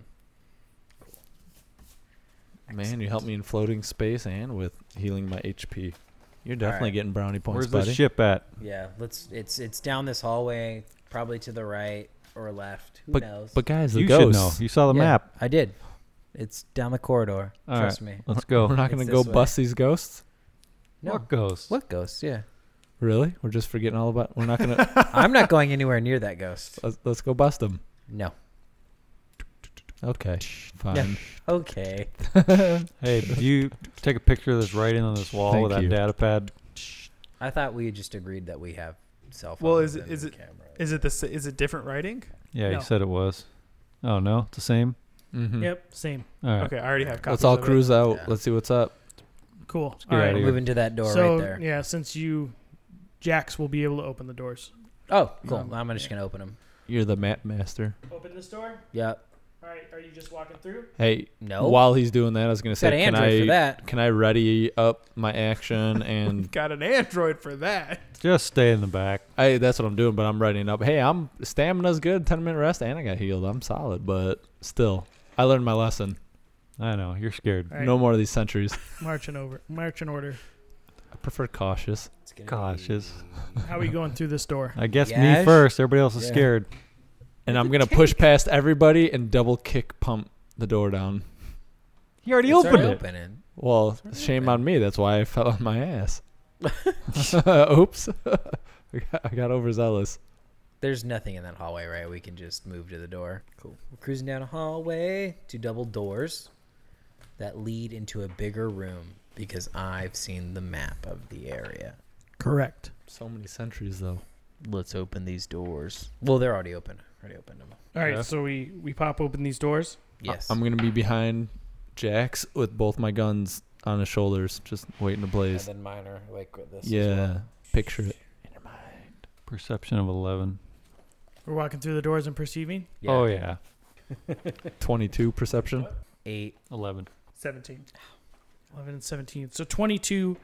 Cool.
Man, you helped me in floating space and with healing my HP. You're definitely
right.
getting brownie points,
Where's the
buddy.
ship at?
Yeah, let's. It's it's down this hallway, probably to the right or left. Who knows?
But guys, the
you should
ghost.
know. You saw the
Yeah,
map.
I did. It's down the corridor.
All
trust me.
Let's go.
We're not
It's
going to
this
go
way.
bust these ghosts.
No.
What ghost?
What ghost? Yeah.
Really? We're just forgetting all about. We're not going to.
I'm not going anywhere near that ghost.
let's, let's go bust them.
No.
Okay. Fine.
Okay.
Hey, do you take a picture of this writing on this wall
Thank
with that
you.
data pad?
I thought we just agreed that we have cell phones.
Well, is it-
and
is it-
cameras.
Is it the s- is it different writing?
Yeah,
No.
you said it was. Oh no, it's the same.
Mm-hmm.
Yep, same.
All right.
Okay, I already have copies
Let's all
of it.
cruise out.
Yeah.
Let's see what's up.
Cool.
get
All
outta
right.
here.
moving to that door
so
right there?
yeah, since you, Jax will be able to open the doors.
Oh, cool.
Um,
I'm just
yeah.
gonna open them.
You're the map master.
Open this door.
Yeah.
All right. Are you just walking through?
Hey,
No.
while he's doing that, I was going to say,
Got an
can
Android for
I,
that.
can I ready up my action? And
Got an Android for that.
Just stay in the back.
I, that's what I'm doing, but I'm readying up. Hey, I'm stamina's good, 10 minute rest, and I got healed. I'm solid, but still, I learned my lesson.
I know you're scared.
All right.
No more of these centuries.
Marching over. March in order.
I prefer cautious.
It's gonna
Cautious.
be-
How are we going through this door?
I guess
Yes.
me first. Everybody else is
Yeah.
scared.
And I'm gonna push past everybody and double kick pump the door down.
He already
It's
opened
already
it.
open, and-
Well,
Sorry about
shame
that.
on me. That's why I fell on my ass. Oops. I got- I got overzealous.
There's nothing in that hallway, right? We can just move to the door. Cool. We're cruising down a hallway to double doors that lead into a bigger room because I've seen the map of the area.
Correct.
So many centuries, though.
Let's open these doors. Well, they're already open. Already opened them.
All right.
Yeah.
So we we pop open these doors.
I-
Yes.
I'm gonna be behind Jax with both my guns on his shoulders, just waiting to
and
blaze.
then mine are like with this. as
Yeah,
well.
picture it.
Perception of eleven.
We're walking through the doors and perceiving.
Oh yeah,
22 perception.
Eight.
eleven.
17.
11 and 17. So 22.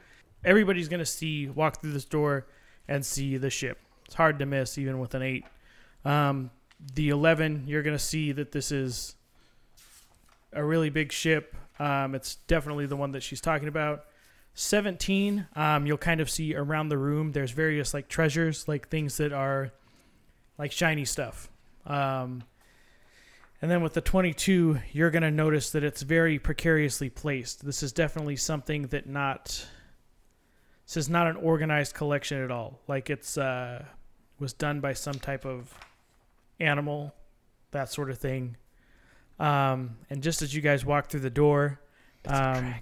Everybody's going to see, walk through this door and see the ship. It's hard to miss, even with an 8. Um, the 11, you're going to see that this is a really big ship. Um, it's definitely the one that she's talking about. 17, um, you'll kind of see around the room, there's various like treasures, like things that are like shiny stuff. Um, and then with the 22, you're going to notice that it's very precariously placed. This is definitely something that not this is not an organized collection at all. Like it's uh was done by some type of animal, that sort of thing. Um and just as you guys walk through the door, um,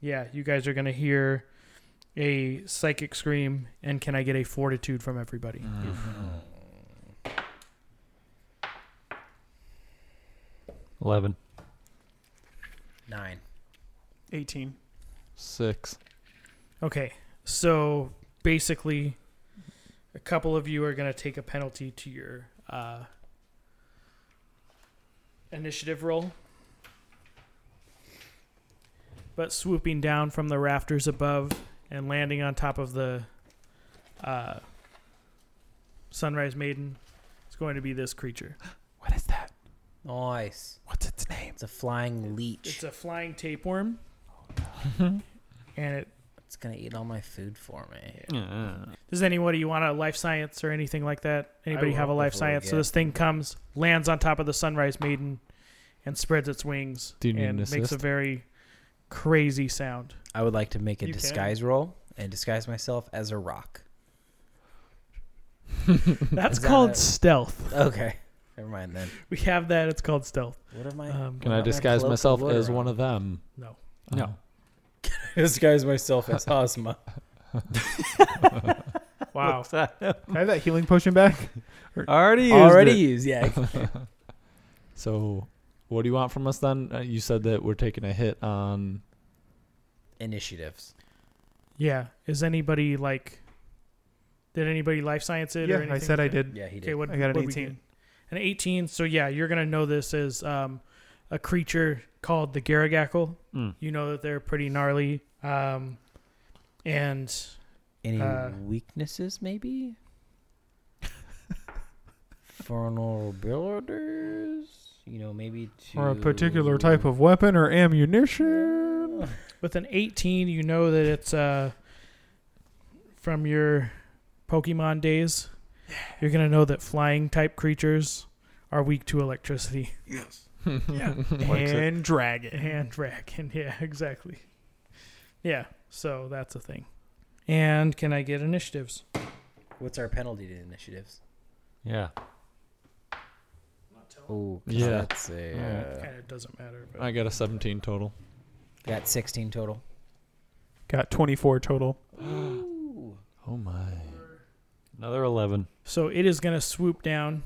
yeah, you guys are going to hear a psychic scream and can I get a fortitude from everybody?
Eleven.
Nine.
18.
Six.
Okay, so basically, a couple of you are going to take a penalty to your uh, initiative roll. But swooping down from the rafters above and landing on top of the uh, Sunrise Maiden is going to be this creature.
What is that?
Nice.
What's its name?
It's a flying leech.
It's a flying tapeworm, and it
It's gonna eat all my food for me.
Does anybody you want a life science or anything like that? Anybody
will,
have a life
hopefully,
science? So
yeah.
this thing comes, lands on top of the Sunrise Maiden, and spreads its wings
Do you need
and
an
makes a
assist?
very crazy sound.
I would like to make a
You can.
disguise roll and disguise myself as a rock.
That's
Is that
called
a-
stealth.
Okay. Never mind then.
We have that. It's called stealth.
What am I?
Uh,
Um,
Can I disguise myself as one of them? Oh.
No.
No.
disguise myself as Ozma?
Wow.
I
Can I have that healing potion back?
already used
Already
it.
used, yeah.
So, what do you want from us then? Uh, you said that we're taking a hit on
initiatives.
Yeah. Is anybody like? Did anybody life science it? or
yeah,
anything
I said I
like that?
did.
Yeah, he did.
Okay, what
I got an
what we
18.
get? An eighteen. So yeah, you're gonna know this as um, a creature called the Garagackle.
Hmm.
Mm.
You know that they're pretty gnarly. Um, and
Any
uh,
weaknesses, maybe? Vulnerabilities, you know, maybe to
Or a particular type of weapon or ammunition.
with an eighteen, you know that it's uh, from your Pokemon days. You're gonna know that flying type creatures are weak to electricity.
Likes it.
and dragon.
and dragon. Yeah, exactly. Yeah, so that's a thing. And can I get initiatives?
What's our penalty to initiatives?
Yeah.
Oh,
Yeah.
That's a,
Yeah.
uh,
Kind of Eh, doesn't matter. But.
I got a 17 total.
got 16 total.
Got 24 total.
Oh my.
Another 11.
So it is going to swoop down.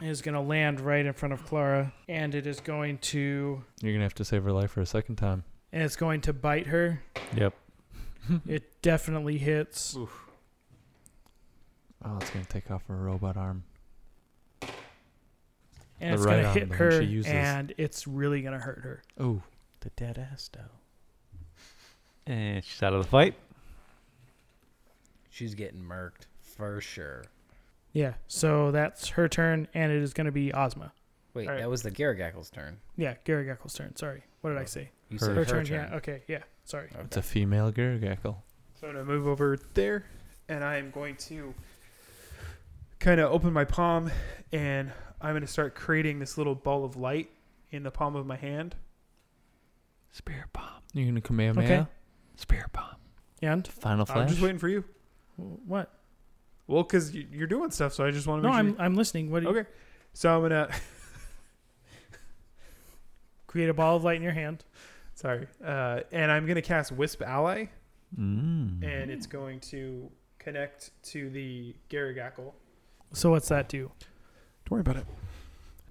It is going to land right in front of Clara, and it is going to
You're gonna have to save her life for a second time.
and it's going to bite her.
Yep.
It definitely hits.
Oh, it's gonna take off her robot arm.
And
The
it's
right
going to
arm,
hit
the one
her,
she uses.
and it's really going to hurt her.
Oh,
The dead ass, though.
And she's out of the fight.
She's getting murked for sure.
Yeah, so that's her turn, and it is going to be Ozma.
Wait,
All right.
that was the Garagackle's turn.
Yeah, Gary Gekkel's turn. Sorry. What did I say?
You
Her-
said
Her,
her
turn,
turn.
yeah. Okay, yeah. Sorry.
it's a female Garagackle.
So I'm going to move over there and I am going to kind of open my palm and I'm going to start creating this little ball of light in the palm of my hand.
Spirit bomb.
You're gonna Kamehameha?
Okay.
Spirit bomb.
And
Final
I'm
Flash?
just waiting for you.
what?
Well, because you, you're doing stuff, so I just want to
No,
make sure.
I'm I'm listening. What do
you-
you
okay. So I'm going to.
create a ball of light in your hand?
Sorry. Uh, and I'm going to cast Wisp Ally.
Mm.
and it's going to connect to the Garagackle.
So what's that do?
Don't worry about it.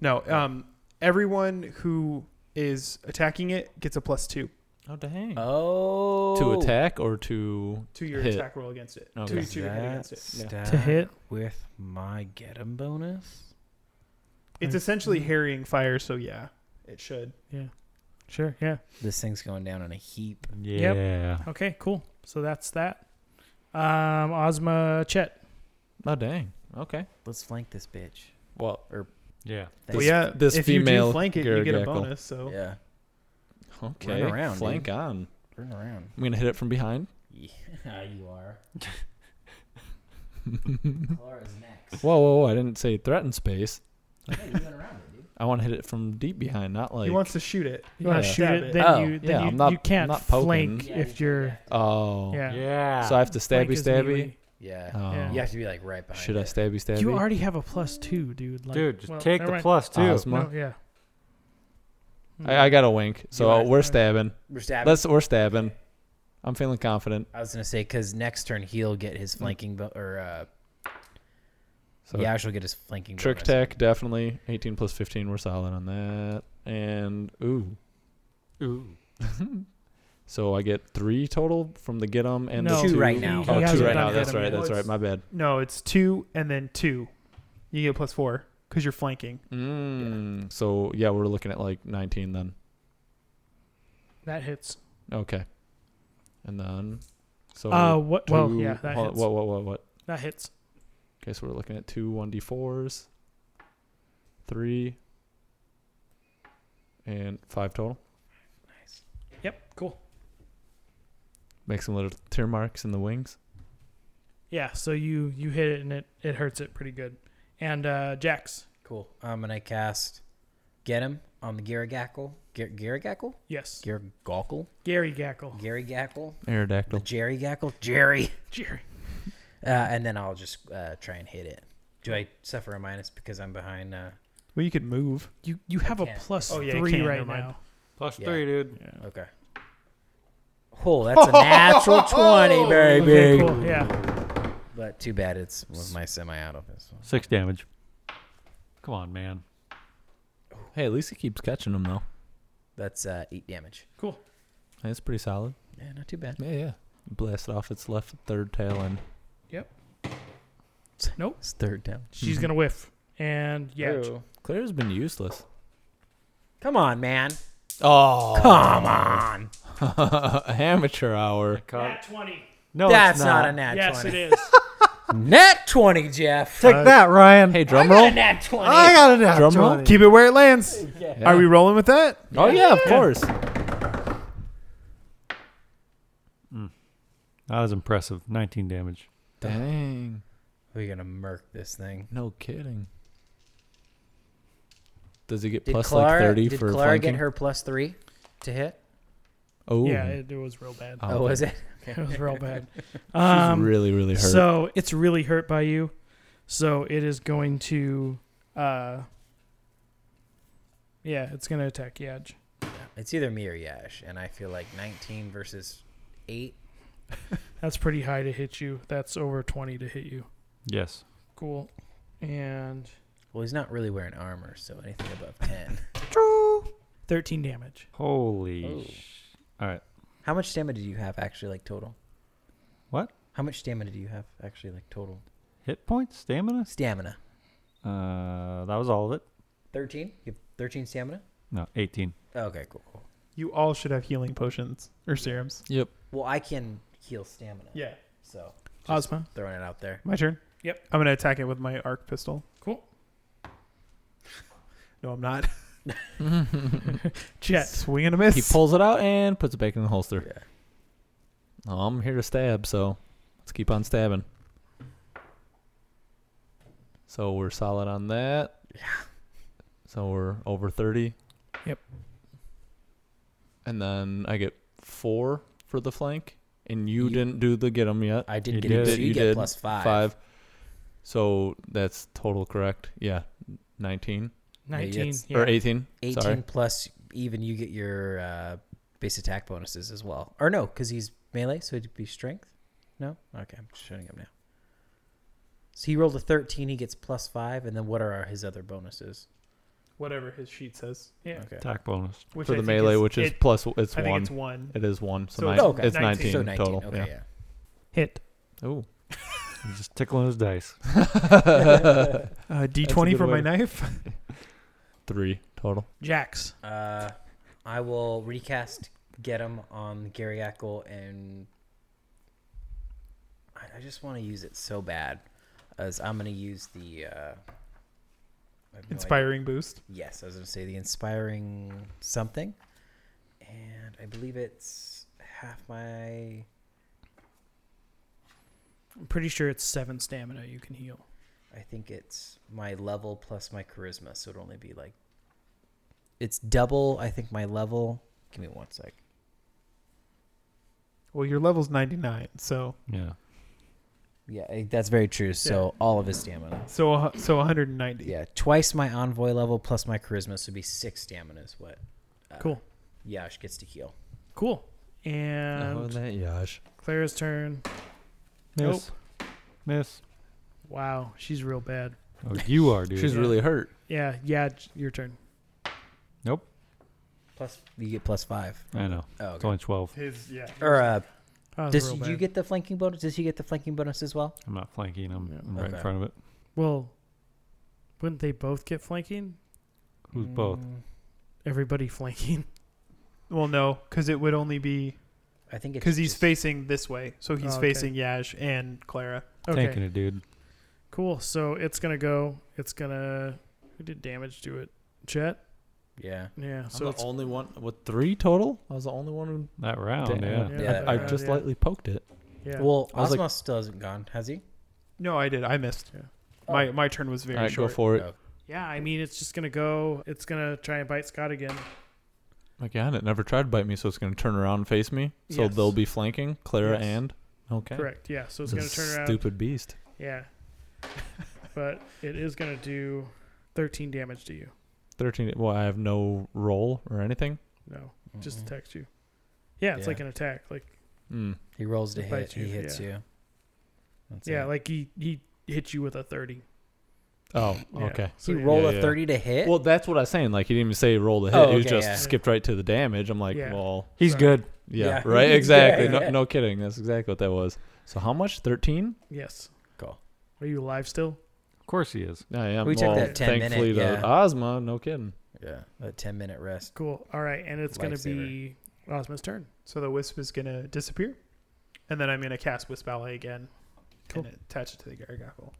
No, um, everyone who is attacking it gets a plus two
Oh dang.
Oh.
to attack or to
to your
Hit.
attack roll against it.
Okay.
To,
Is
to your hit against it.
To hit?
with my get 'em bonus.
It's essentially harrying fire, so yeah, it should.
Yeah. Sure. Yeah.
This thing's going down in a heap.
Yeah.
Yep. Okay. Cool. So that's that. Um, Ozma Chet.
Oh dang. Okay.
Let's flank this bitch.
Well
Yeah.
Thanks.
well, yeah,
this
if you
female
do flank it, you get a
Garagackle.
bonus. So
Yeah.
okay.
around,
Flank
dude.
on.
Turn around.
I'm gonna hit it from behind.
Yeah, you are. Clara's next.
Whoa, whoa, whoa, I didn't say threaten space.
Hey, you went around it, dude.
I wanna hit it from deep behind, not like
he wants to shoot it.
You want
Yeah.
to shoot
Stab
it?
it.
Then
Oh,
you then
yeah,
you,
I'm not-
you can't
not poking.
flank if you're
Oh.
yeah.
So I have to
Flank
stabby
is
stabby.
melee.
Yeah.
Oh.
Yeah.
You have to be like right behind.
Should I
it.
stabby stabby?
You already have a plus two, dude. Like,
Dude, just
well,
take the
never mind.
plus two.
Ozma?
No, yeah.
I, I got a wink. So
You got-
we're stabbing.
We're stabbing.
Let's we're stabbing. I'm feeling confident.
I was gonna say because next turn he'll get his flanking bo- or uh,
So
yeah, she'll get his flanking.
trick
bonus.
tech definitely 18 plus 15. We're solid on that. And ooh,
Ooh.
so I get three total from the get 'em and
No.
the
Two
two
right now.
Oh,
He
two
hasn't
right
done
now.
get
That's
'em
right.
yet.
That's right. My bad.
No, it's two and then two. You get plus four because you're flanking.
Mm, So yeah, we're looking at like 19 then.
That hits.
Okay, and then so
Uh, what?
two,
Well, yeah, that
hold-
hits.
what what what what
That hits.
Okay, so we're looking at two 1d4s, three, and five total.
Yep. Cool.
Make some little tear marks in the wings.
Yeah. So you you hit it and it it hurts it pretty good. And uh, Jax.
Cool. I'm gonna cast get him on the Garagackle. Gar- Garagackle.
Yes.
Garagackle.
Gary Gackle.
Gary Gackle. The
Aerodactyl.
Jerry Gackle. Jerry.
Jerry.
Uh, and then I'll just uh, try and hit it. Do I suffer a minus because I'm behind? Uh,
Well, you could move.
You you have a
can't.
plus
Oh, yeah, you
three
can,
right
never mind.
now.
Plus
Yeah.
three, dude.
okay. Oh, that's a natural twenty,
Okay,
baby.
cool. Yeah.
But too bad it's was my semi out of this. One.
Six damage. Come on, man.
Hey, at least he keeps catching them though.
That's uh, eight damage.
Cool.
It's pretty solid.
Yeah, not too bad.
Yeah, yeah. Blast off its left third tail and
It's third down.
She's gonna whiff, and yeah,
Ew.
Claire's been useless.
Come on, man.
Oh,
Come on.
amateur
I
hour.
caught it.
twenty.
No,
That's
it's
not.
not.
a nat
yes,
20.
it is.
Nat 20, Jeff.
Take
Uh,
that, Ryan.
Hey, drum
I got
roll.
a nat 20.
I got a nat
Drum roll?
20.
Keep it where it lands.
Yeah.
Are we rolling with that?
Oh yeah, of course.
That was impressive. 19 damage.
Dang.
We're going to murk this thing.
No kidding. Does it get
Did
plus
Clara,
like thirty
did
for
Clara
flanking?
get her plus three to hit?
Oh,
Yeah, it, it was real bad.
Oh, was it?
It was real bad.
She's
Um,
really, really hurt.
So it's really hurt by you. So it is going to, uh, yeah, it's gonna attack Yaj.
It's either me or Yash, and I feel like 19 versus 8.
That's pretty high to hit you. That's over twenty to hit you.
Yes.
Cool. And
Well, he's not really wearing armor, so anything above 10.
thirteen damage.
Holy.
Oh.
Sh- All right.
How much stamina do you have actually, like total?
What?
How much stamina do you have actually, like total?
Hit points? Stamina?
Stamina.
Uh, that was all of it.
13? You have 13 stamina?
No, 18.
Okay, cool, cool.
You all should have healing potions or serums.
yep.
Well, I can heal stamina.
Yeah.
So, Just-
Ozma.
throwing it out there.
My turn.
Yep.
I'm gonna attack it with my arc pistol.
Cool.
No, I'm not.
Jet.
Swing and a miss.
He pulls it out and puts it back in the holster.
Yeah.
Oh, I'm here to stab, so let's keep on stabbing. So we're solid on that. Yeah. So we're over 30.
Yep.
And then I get four for the flank, and you, didn't do the get 'em yet.
I didn't
You
get it,
did.
so you,
You
get
did.
plus 5.
Five. So that's total correct. Yeah, 19
Nineteen.
it's-
Yeah.
or 18.
18
Sorry.
plus even you get your uh, base attack bonuses as well. Or no, because he's melee, so it'd be strength. No? Okay, I'm just shutting up now. So he rolled a 13, he gets plus 5, and then what are his other bonuses?
whatever his sheet says.
Yeah.
Okay.
Attack bonus.
Which
For
I
the
think
melee, which is
it-
plus, it's
I think
one.
it's one.
It is one. So,
So
nine,
it's-
Oh, okay.
it's 19,
So
total.
Okay,
yeah.
yeah.
Hit.
Oh.
He's just tickling his dice.
Uh,
That's a
D20 for
good
my
way.
knife.
Three total.
Jax.
Uh, I will recast get him on Gary Eckel and I, I just want to use it so bad as I'm going to use the uh, I have no idea.
Inspiring boost.
Yes, I was going to say the inspiring something, and I believe it's half my.
I'm pretty sure it's seven stamina you can heal.
I think it's my level plus my charisma, so it'd only be like. It's double. I think my level. Give me one sec.
Well, your level's 99, so
Yeah.
Yeah, I- that's very true. So all of his stamina.
so uh, so 190.
Yeah, twice my envoy level plus my charisma, so it'd be six stamina is what. Uh,
Cool.
Yash gets to heal.
Cool. And
oh, that Yash.
Clara's turn.
Miss. Miss.
Wow, she's real bad.
Oh, you are, dude.
She's
Yeah.
really hurt.
Yeah, yeah, j- your turn.
Plus, you get plus five.
I know.
Oh,
It's
okay.
only 12.
His yeah.
Or uh,
That was
does
real
you
bad.
get the flanking bonus? Does he get the flanking bonus as well?
I'm not flanking. I'm,
Yeah.
I'm right in
Okay.
front of it.
Well, wouldn't they both get flanking?
Who's both?
Mm,
Everybody flanking.
Well, no, because it would only be
I think it's
because he's
just-
facing this way, so he's
Oh, okay.
facing Yash and Clara.
Okay.
Tanking it, dude.
Cool. So it's gonna go. It's gonna. Who did damage to it? Chet.
Yeah.
Yeah.
So
So it's,
only one with three total. I was the only one who.
That round,
Damn.
yeah.
Yeah,
Yeah.
I
that
just
round,
lightly poked it.
yeah. Yeah.
Well,
I was
Osmos
like-
still hasn't gone, has he?
No, I did. I missed. My
Oh.
my turn was very
All right,
short.
go for it.
Oh.
yeah. I mean, it's just gonna go. It's gonna try and bite Scott again.
My God, it never tried to bite me, so it's going to turn around and face me. So
Yes.
they'll be flanking Clara
Yes.
and. Okay.
Correct. Yeah. So it's
This
gonna turn around.
Stupid beast.
Yeah. but it is gonna do 13 damage to you.
13. Well, I have no roll or anything.
No, just
Mm-mm.
attacks you. Yeah, it's
Yeah.
like an attack. Like
Mm.
He rolls to
It
hit.
bites
He
you,
hits
yeah.
you. That's
yeah,
it.
like he he hits you with a 30.
Oh,
Yeah.
okay.
So
you
yeah.
roll
Yeah,
a
yeah.
thirty to hit.
Well, that's what I was saying. Like he didn't even say roll the hit.
Oh,
he was
okay,
just
yeah.
skipped right to the damage. I'm like,
Yeah.
well,
He's
Sorry.
good.
yeah,
Yeah.
right,
Yeah,
exactly.
yeah.
No, no kidding. That's exactly what that was. So how much? Thirteen?
Yes.
Cool.
Are you alive still?
Of course he is.
Yeah, yeah.
We took
well,
that 10 minute,
Thankfully,
yeah.
to Ozma, no kidding.
Yeah, a ten minute rest.
Cool. All right, and it's going to be Ozma's turn.
So the wisp is gonna disappear, and then I'm gonna cast wisp ally again,
Cool.
and attach it to the gargoyle.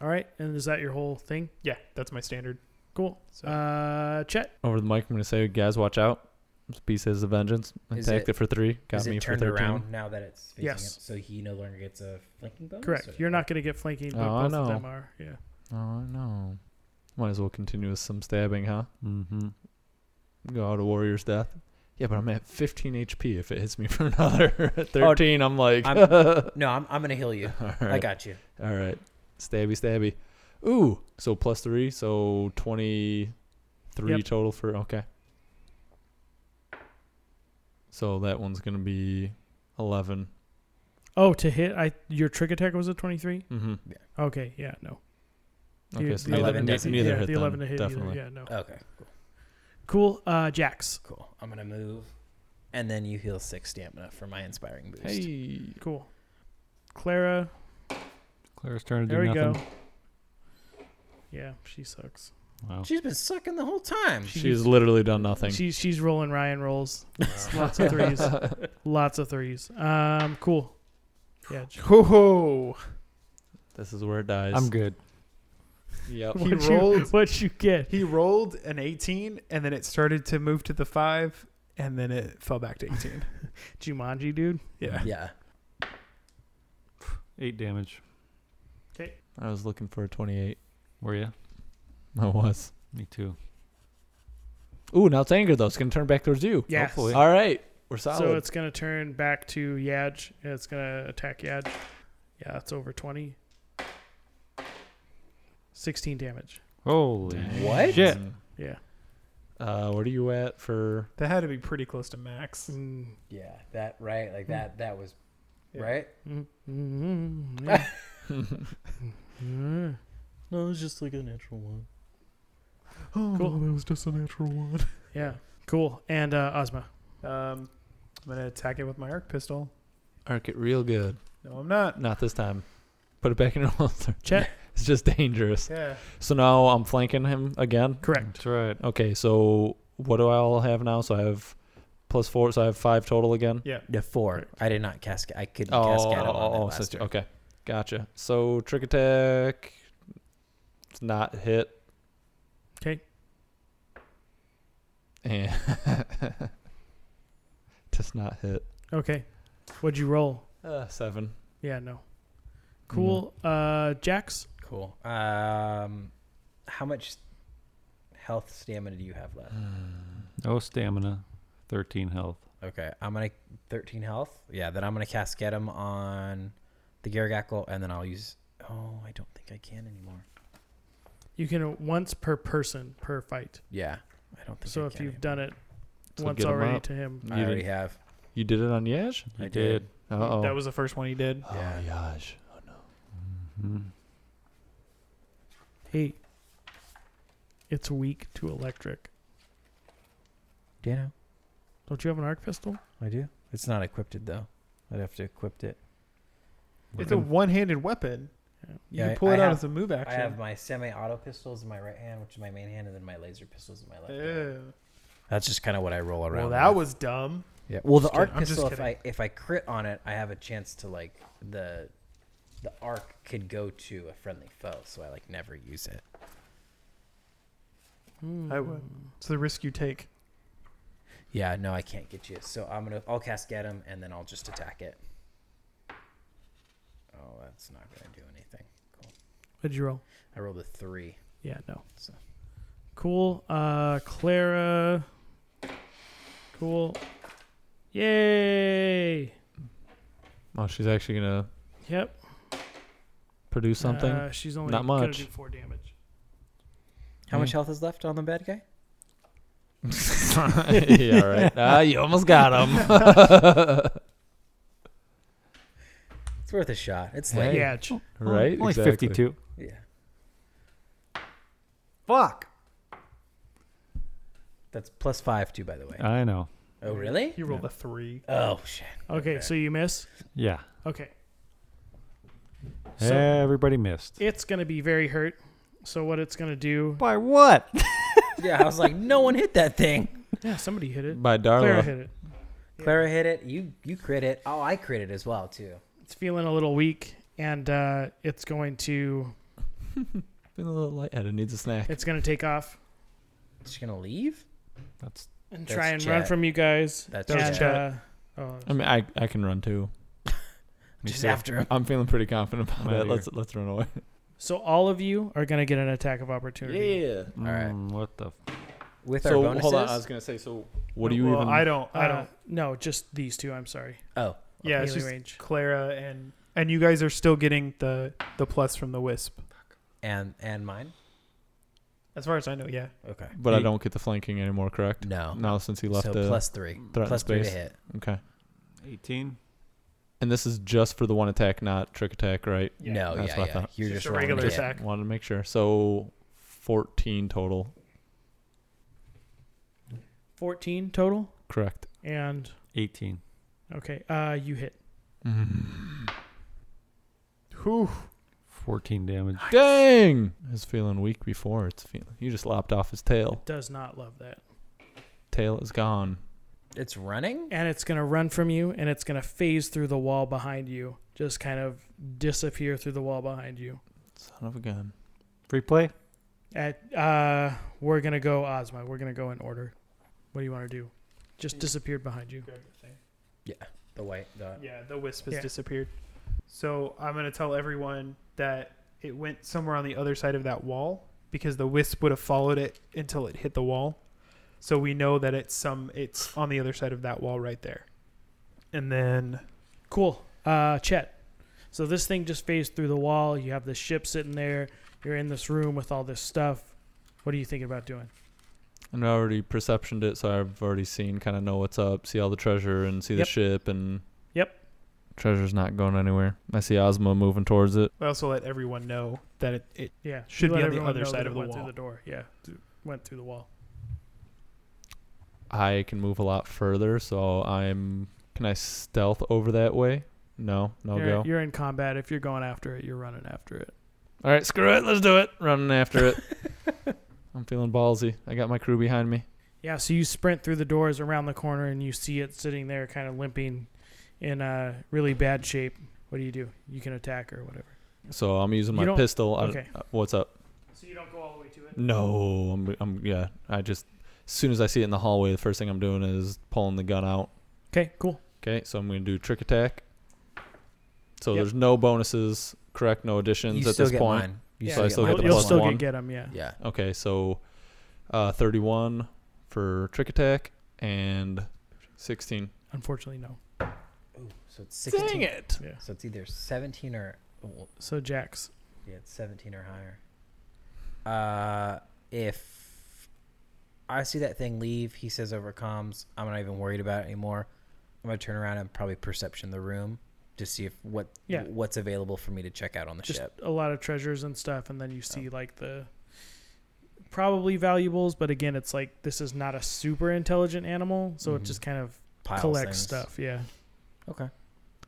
All right, and is that your whole thing?
Yeah, that's my standard.
Cool.
So
Uh, Chet.
Over the mic, I'm gonna say, guys, watch out. This Beast is a vengeance.
Is
Attacked
it-
it, for three. Got
Is
me
it turned
for thirteen.
around now that it's facing
Yes.
up, so he no longer gets a flanking bonus?
Correct.
or-
You're not going to get flanking, but
Oh, I
both of
know.
them are. Yeah.
Oh no. Might as well continue with some stabbing, huh?
Mm-hmm.
Go out of warrior's death. Yeah, but I'm at 15 HP. If it hits me for another 13, I'm like,
I'm-
all
No, I'm, I'm gonna heal you.
right.
I got you.
All right. Stabby, stabby. Ooh. So plus three. So 23
Yep.
total for. Okay. So that one's going to be 11.
Oh, to hit, I your trick attack was a 23.
Mm-hmm.
Okay. Yeah. No.
Okay.
You-
so
the
neither,
11
ne-
doesn't-
neither
yeah,
hit
the
then,
11 to hit. either.
Definitely.
Yeah. No.
Okay,
Cool. Uh, Jax.
cool. I'm gonna move, and then you heal six stamina for my inspiring boost.
Hey.
Cool. Clara.
Claire's trying to
There we
do nothing.
go. Yeah, she sucks.
Wow.
She's been sucking the whole time.
She's literally done nothing.
She's she's rolling Ryan rolls.
Wow.
Lots of threes. Lots of threes. Um, cool. Yeah. J-
ho
this is where it dies.
I'm good.
Yep.
He
What'd You,
rolled.
what'd you get?
He rolled an 18, and then it started to move to the five, and then it fell back to 18.
Jumanji, dude.
Yeah.
yeah.
Eight damage.
Okay.
I was looking for a 28.
Were you?
I was.
Me too.
Ooh, now it's anger though. It's gonna turn back towards you.
Yes.
Hopefully.
All right, we're solid.
So it's gonna turn back to Yaj. and It's gonna attack Yaj. Yeah, it's over twenty. Sixteen damage.
Holy.
What?
Shit.
Yeah.
Uh, what are you at for?
That had to be pretty close to max.
Mm.
Yeah. That right. Like that. That was
Yeah.
right.
Mm, mm, mm, yeah. Mm.
No, it was just like a natural one.
Oh,
Cool.
it was just a natural one.
Yeah. Cool. And uh, Ozma.
Um, I'm gonna attack it with my arc pistol.
Arc it real good.
No, I'm not.
Not this time. Put it back in your holster.
Chet.
It's just dangerous.
Yeah.
So now I'm flanking him again.
Correct.
That's right.
Okay, so what do I all have now? So I have plus four. So I have five total again.
Yeah.
The four. I did not cast. I couldn't
Oh,
cast
oh,
Gatom on that
oh,
last
such-
turn.
okay, gotcha. So trick attack. It's not hit.
'Kay.
And does not hit.
Okay. What'd you roll?
Uh, seven.
Yeah. No. Cool.
Mm-hmm.
Uh, Jax.
Cool. Um, how much health stamina do you have
Uh,
left?
No stamina. 13 health.
Okay, I'm gonna 13 health. Yeah, then I'm gonna cast get him on the Garagackle, and then I'll use. Oh, I don't think I can anymore.
You can uh, once per person per fight.
Yeah, I don't think.
So
I
if
can
you've
anymore.
done it
So
once
get 'em
already
up.
to him,
You
I already
did-
have.
You did it on Yash?
I
You
did.
Uh oh.
That was the first one he did.
oh,
Yeah.
Yash.
Mhm.
hey, it's weak to electric.
Do you know?
Don't you have an arc pistol?
I do. It's not equipped it, though. I'd have to equip it.
It's a one-handed weapon.
Yeah.
You
Yeah,
can pull
I-
it
I
out
have-
as a move
I
action.
have my semi-auto pistols in my right hand, which is my main hand, and then my laser pistols in my left. hand.
Ew.
That's just kind of what I roll around.
Well, that
with.
was dumb.
Yeah. Well, the
Just kidding.
arc
I'm just
pistol. If
kidding.
I if I crit on it, I have a chance to like the the arc could go to a friendly foe, so I like never use it.
I would.
Hmm.
It's the risk you take.
Yeah. No, I can't get you. So I'm gonna I'll cast get him, and then I'll just attack it. Oh, that's not gonna do anything.
What'd you roll?
I rolled a three.
Yeah, no.
So-
Cool. Uh, Clara. Cool. Yay!
Oh, she's actually going to
Yep.
produce something.
Uh, she's only
Not
gonna
much.
do four damage.
How
Hmm.
much health is left on the bad guy?
yeah, right. Ah, you almost got him.
It's worth a shot. It's
Hey.
late.
Yeah. ch-
right?
Only
exactly.
52.
Yeah.
Fuck.
That's plus five too, by the way.
Uh,
I know.
oh really?
You rolled a three.
Oh shit.
Okay, so you miss.
Yeah.
Okay.
Eh.
So
Everybody missed.
it's gonna be very hurt. So what it's gonna do?
By what?
Yeah, I was like, no one hit that thing.
Yeah, somebody hit it.
By
Clara
Darla.
hit it.
Clara hit it. You you crit it. Oh, I crit it as well too.
It's feeling a little weak, and uh, it's going to
Been a little lightheaded. Needs a snack.
it's gonna take off
She's gonna leave.
That's
and
That's
try and run
Jet.
from you guys.
That's
That was
And,
Jet.
Jet.
uh, oh,
I mean, I I can run too. Me
just
too.
after him.
I'm feeling pretty confident
I'm
about
outta
that.
here.
Let's let's run away.
so all of you are gonna get an attack of opportunity.
all
right.
Mm, What the? F-
With our
So
bonuses.
hold on. I was gonna say. So what do you
well,
even? Ah.
I don't. I
I
don't.
don't. No, just these two. I'm sorry.
oh,
Uh, yeah, it's
Melee
just
range.
Clara and and you guys are still getting the the plus from the wisp.
and and mine.
As far as I know, yeah.
Okay.
But I
You-
don't get the flanking anymore, correct?
No.
Now since he left uh,
so
the
plus three.
threatened
Plus three to
space.
hit.
okay,
18.
and this is just for the one attack, not trick attack, right?
Yeah.
No,
That's
yeah,
what I
yeah.
thought.
You're
Just
just,
a
rolling
regular
to hit.
attack.
Wanted to make sure. So fourteen total,
Fourteen total.
correct?
And
18.
okay, uh, you hit.
Whew.
14 damage.
Dang! I was feeling weak before. It's feeling. You just lopped off his tail.
Does not love that.
Tail is gone.
It's running.
and it's going to run from you and it's going to phase through the wall behind you just kind of disappear through the wall behind you
Son of a gun.
Free play?
at uh we're going to go ozma we're going to go in order what do you want to do just disappeared behind you
The white. The,
Yeah, the wisp has
Yeah.
disappeared. So I'm gonna tell everyone that it went somewhere on the other side of that wall because the wisp would have followed it until it hit the wall. So we know that it's some it's on the other side of that wall right there. And then
cool uh chet so this thing just phased through the wall you have the ship sitting there you're in this room with all this stuff what are you thinking about doing
And I already perceptioned it, so I've already seen, kind of know what's up, see all the treasure, and see
Yep.
the ship, and
Yep.
Treasure's not going anywhere. I see Ozma moving towards it.
I also let everyone know that it, it
yeah
Should
you
be
let
on the
everyone
other
know
side
that
of
it
the
went
wall.
through the door yeah th- went through the wall
I can move a lot further, so I'm. Can I stealth over that way? No, no
you're,
go.
you're in combat if you're going after it you're running after it
All right, screw it. Let's do it. Running after it. I'm feeling ballsy. I got my crew behind me.
Yeah, so you sprint through the doors around the corner and you see it sitting there kind of limping in uh, really bad shape. What do you do? You can attack or whatever.
So I'm using
You
my
don't-
pistol. I-
okay.
uh, what's up?
So you don't go all the way to it?
No, I'm, I'm. Yeah, I just. As soon as I see it in the hallway, the first thing I'm doing is pulling the gun out.
Okay, cool.
Okay, so I'm going to do trick attack. So
Yep.
there's no bonuses, correct? No additions
You
at
still
this
get
point.
mine. You
yeah,
So I still
you'll,
get the
you'll
plus
still
one.
get them, yeah.
Yeah.
Okay, so uh, 31 for trick attack and 16.
Unfortunately, no.
Ooh, so it's sixteen.
it!
Yeah.
So it's either seventeen or well,
So Jax,
Yeah, it's 17 or higher. Uh, if I see that thing leave, he says over comms, I'm not even worried about it anymore. I'm going to turn around and probably perception the room to see if what
Yeah.
what's available for me to check out on the
just
ship.
a lot of treasures and stuff, and then you see like the probably valuables, but again, it's like this is not a super intelligent animal, so it
Mm-hmm.
Mhm.
just kind of
Piles
collects
things.
stuff, yeah.
Okay.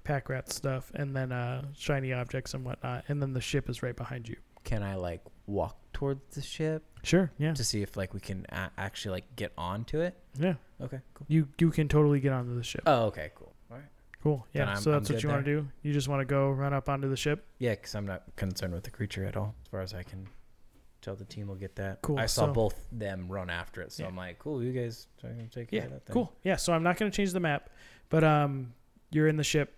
Pack rat stuff, and then uh, shiny objects and whatnot, and then the ship is right behind you.
Can I like walk towards the ship
Sure. Yeah.
to see if like we can a- actually like get onto it?
yeah.
Okay, cool.
You you can totally get onto the ship.
Oh, okay, cool. All right.
cool.
then
Yeah.
I'm-
So
I'm
that's what
good
you want to do. You just want to go run up onto the ship.
Yeah, because I'm not concerned with the creature at all. As far as I can tell, the team will get that.
Cool,
I saw
so-
both them run after it, so
Yeah.
I'm like, cool, you guys are gonna take care
Yeah.
of that thing.
Cool. Yeah. So I'm not going to change the map, but um, you're in the ship.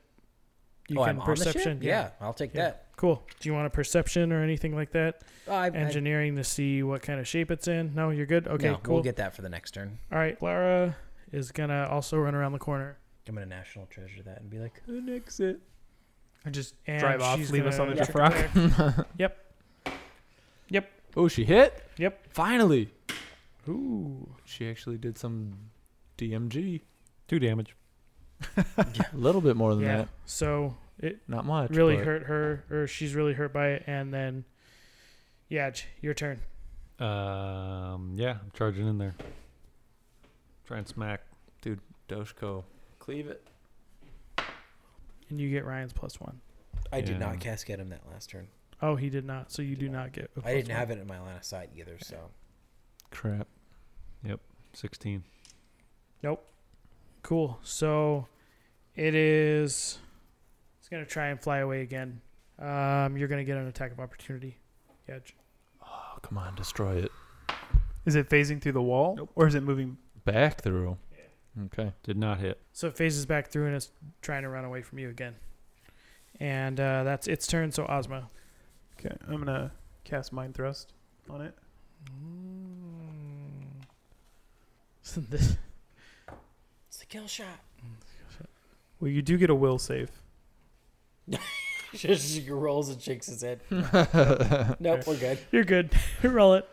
You
oh,
can
I'm on the ship?
perception.
Yeah. I'll take
Yeah.
that.
Cool. Do you want a perception or anything like that?
Oh, I, I-
Engineering to see what kind of shape it's in. No, you're good. Okay.
no,
cool.
We'll get that for the next turn.
All right. Clara is gonna also run around the corner.
I'm gonna national treasure that and be like,
an exit. And just
And
drive off,
she's
leave us
gonna
on the
check
drift
there.
rock.
Oh, she hit?
Yep.
Finally!
Ooh.
She actually did some DMG.
2 damage.
A little bit more than
Yeah.
that.
So it
Not much.
really
but-
hurt her, or she's really hurt by it, and then, yeah, J- your turn.
Um, yeah, I'm charging in there. Try and smack.
Doshko. Cleave it.
and you get Ryan's plus one.
I did
Yeah.
not cascade him that last turn.
Oh, he did not. So you do not get. I
I didn't have it in my line of sight either. So
Crap.
16.
Cool. So it is. It's gonna try and fly away again. Um, you're gonna get an attack of opportunity. Yeah. j-
Oh, come on, destroy it.
Is it phasing through the wall
Nope.
or is it moving?
Back through. Okay.
Did not hit.
So it phases back through and it's trying to run away from you again. And uh, that's its turn. So Ozma.
Okay, I'm gonna cast Mind Thrust on it.
This-
it's the kill shot.
Well, you do get a will save.
Just rolls and shakes his head. Nope, we're good.
you're good. Roll it.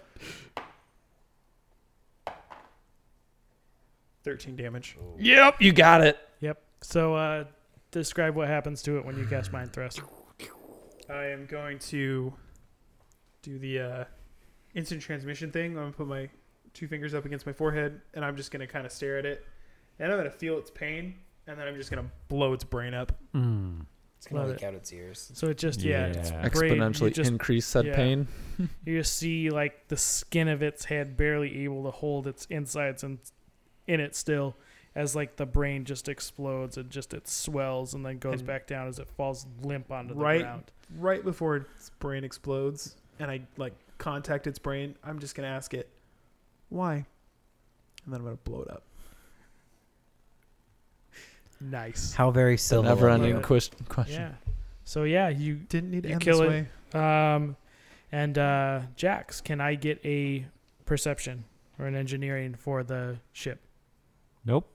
13 damage.
yep, you got it.
Yep. So uh, describe what happens to it when you cast Mind Thrust.
I am going to do the uh, instant transmission thing. I'm going to put my two fingers up against my forehead and I'm just going to kind of stare at it. And I'm going to feel its pain and then I'm just going to blow its brain up.
Mm.
It's gonna
Love
leak out its ears.
So it just yeah, it's
Yeah.
braid. You
Exponentially
just-
increase said
yeah.
pain.
You just see like the skin of its head barely able to hold its insides and in it still as like the brain just explodes and just it swells and then goes
And-
back down as it falls limp onto the
Right.
ground.
Right before its brain explodes and I like contact its brain, I'm just going to ask it, why? And then I'm going to blow it up.
Nice.
How very
The
silver.
never ending
Yeah.
question. question.
Yeah. So yeah, you
Didn't need to
You
end
kill
this
it.
way.
um and uh Jax, can I get a perception or an engineering for the ship?
Nope.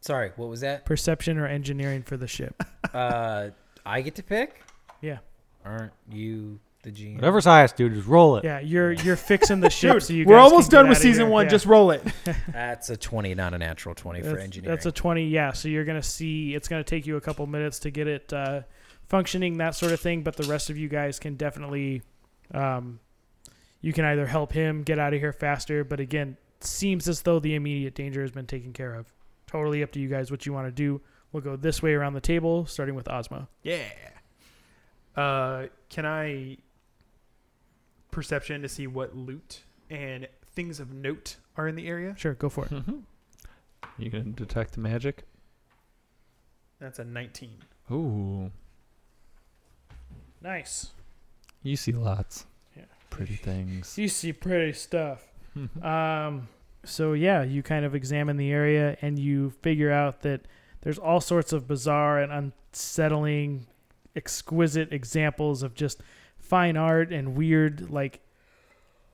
Sorry, what was that?
Perception or engineering for the ship.
Uh, I get to pick.
Yeah.
Aren't you the GM?
Whatever's highest, dude, just roll it.
Yeah, you're you're fixing the ship so you
We're
guys can
almost
get
done with
outta
season
here.
one.
Yeah.
Just roll it.
That's a twenty, not a natural twenty for
that's,
engineering.
That's a 20, yeah. So you're going to see it's going to take you a couple minutes to get it uh, functioning, that sort of thing. But the rest of you guys can definitely, um, you can either help him get out of here faster. But again, seems as though the immediate danger has been taken care of. Totally up to you guys what you want to do. We'll go this way around the table, starting with Ozma.
Yeah. Uh, can I perception to see what loot and things of note are in the area?
Sure, go for it.
Mhm. You can detect magic.
That's a 19.
Ooh,
Nice.
you see lots.
Yeah.
Pretty things.
You see pretty stuff. Um, so yeah, you kind of examine the area and you figure out that there's all sorts of bizarre and unsettling, exquisite examples of just fine art and weird, like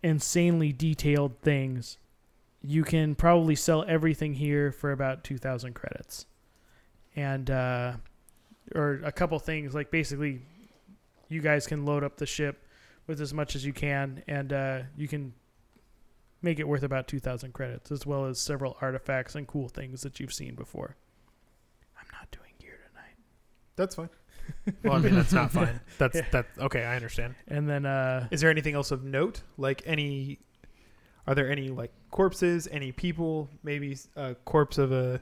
insanely detailed things. You can probably sell everything here for about two thousand credits, and uh, or a couple things like basically, you guys can load up the ship with as much as you can, and uh, you can make it worth about 2,000 credits, as well as several artifacts and cool things that you've seen before. I'm not doing gear tonight.
That's fine. well, I mean, that's not fine. That's
Yeah.
that. Okay, I understand.
And then, uh,
Is there anything else of note? Like any? Are there any like corpses? Any people? Maybe a corpse of a,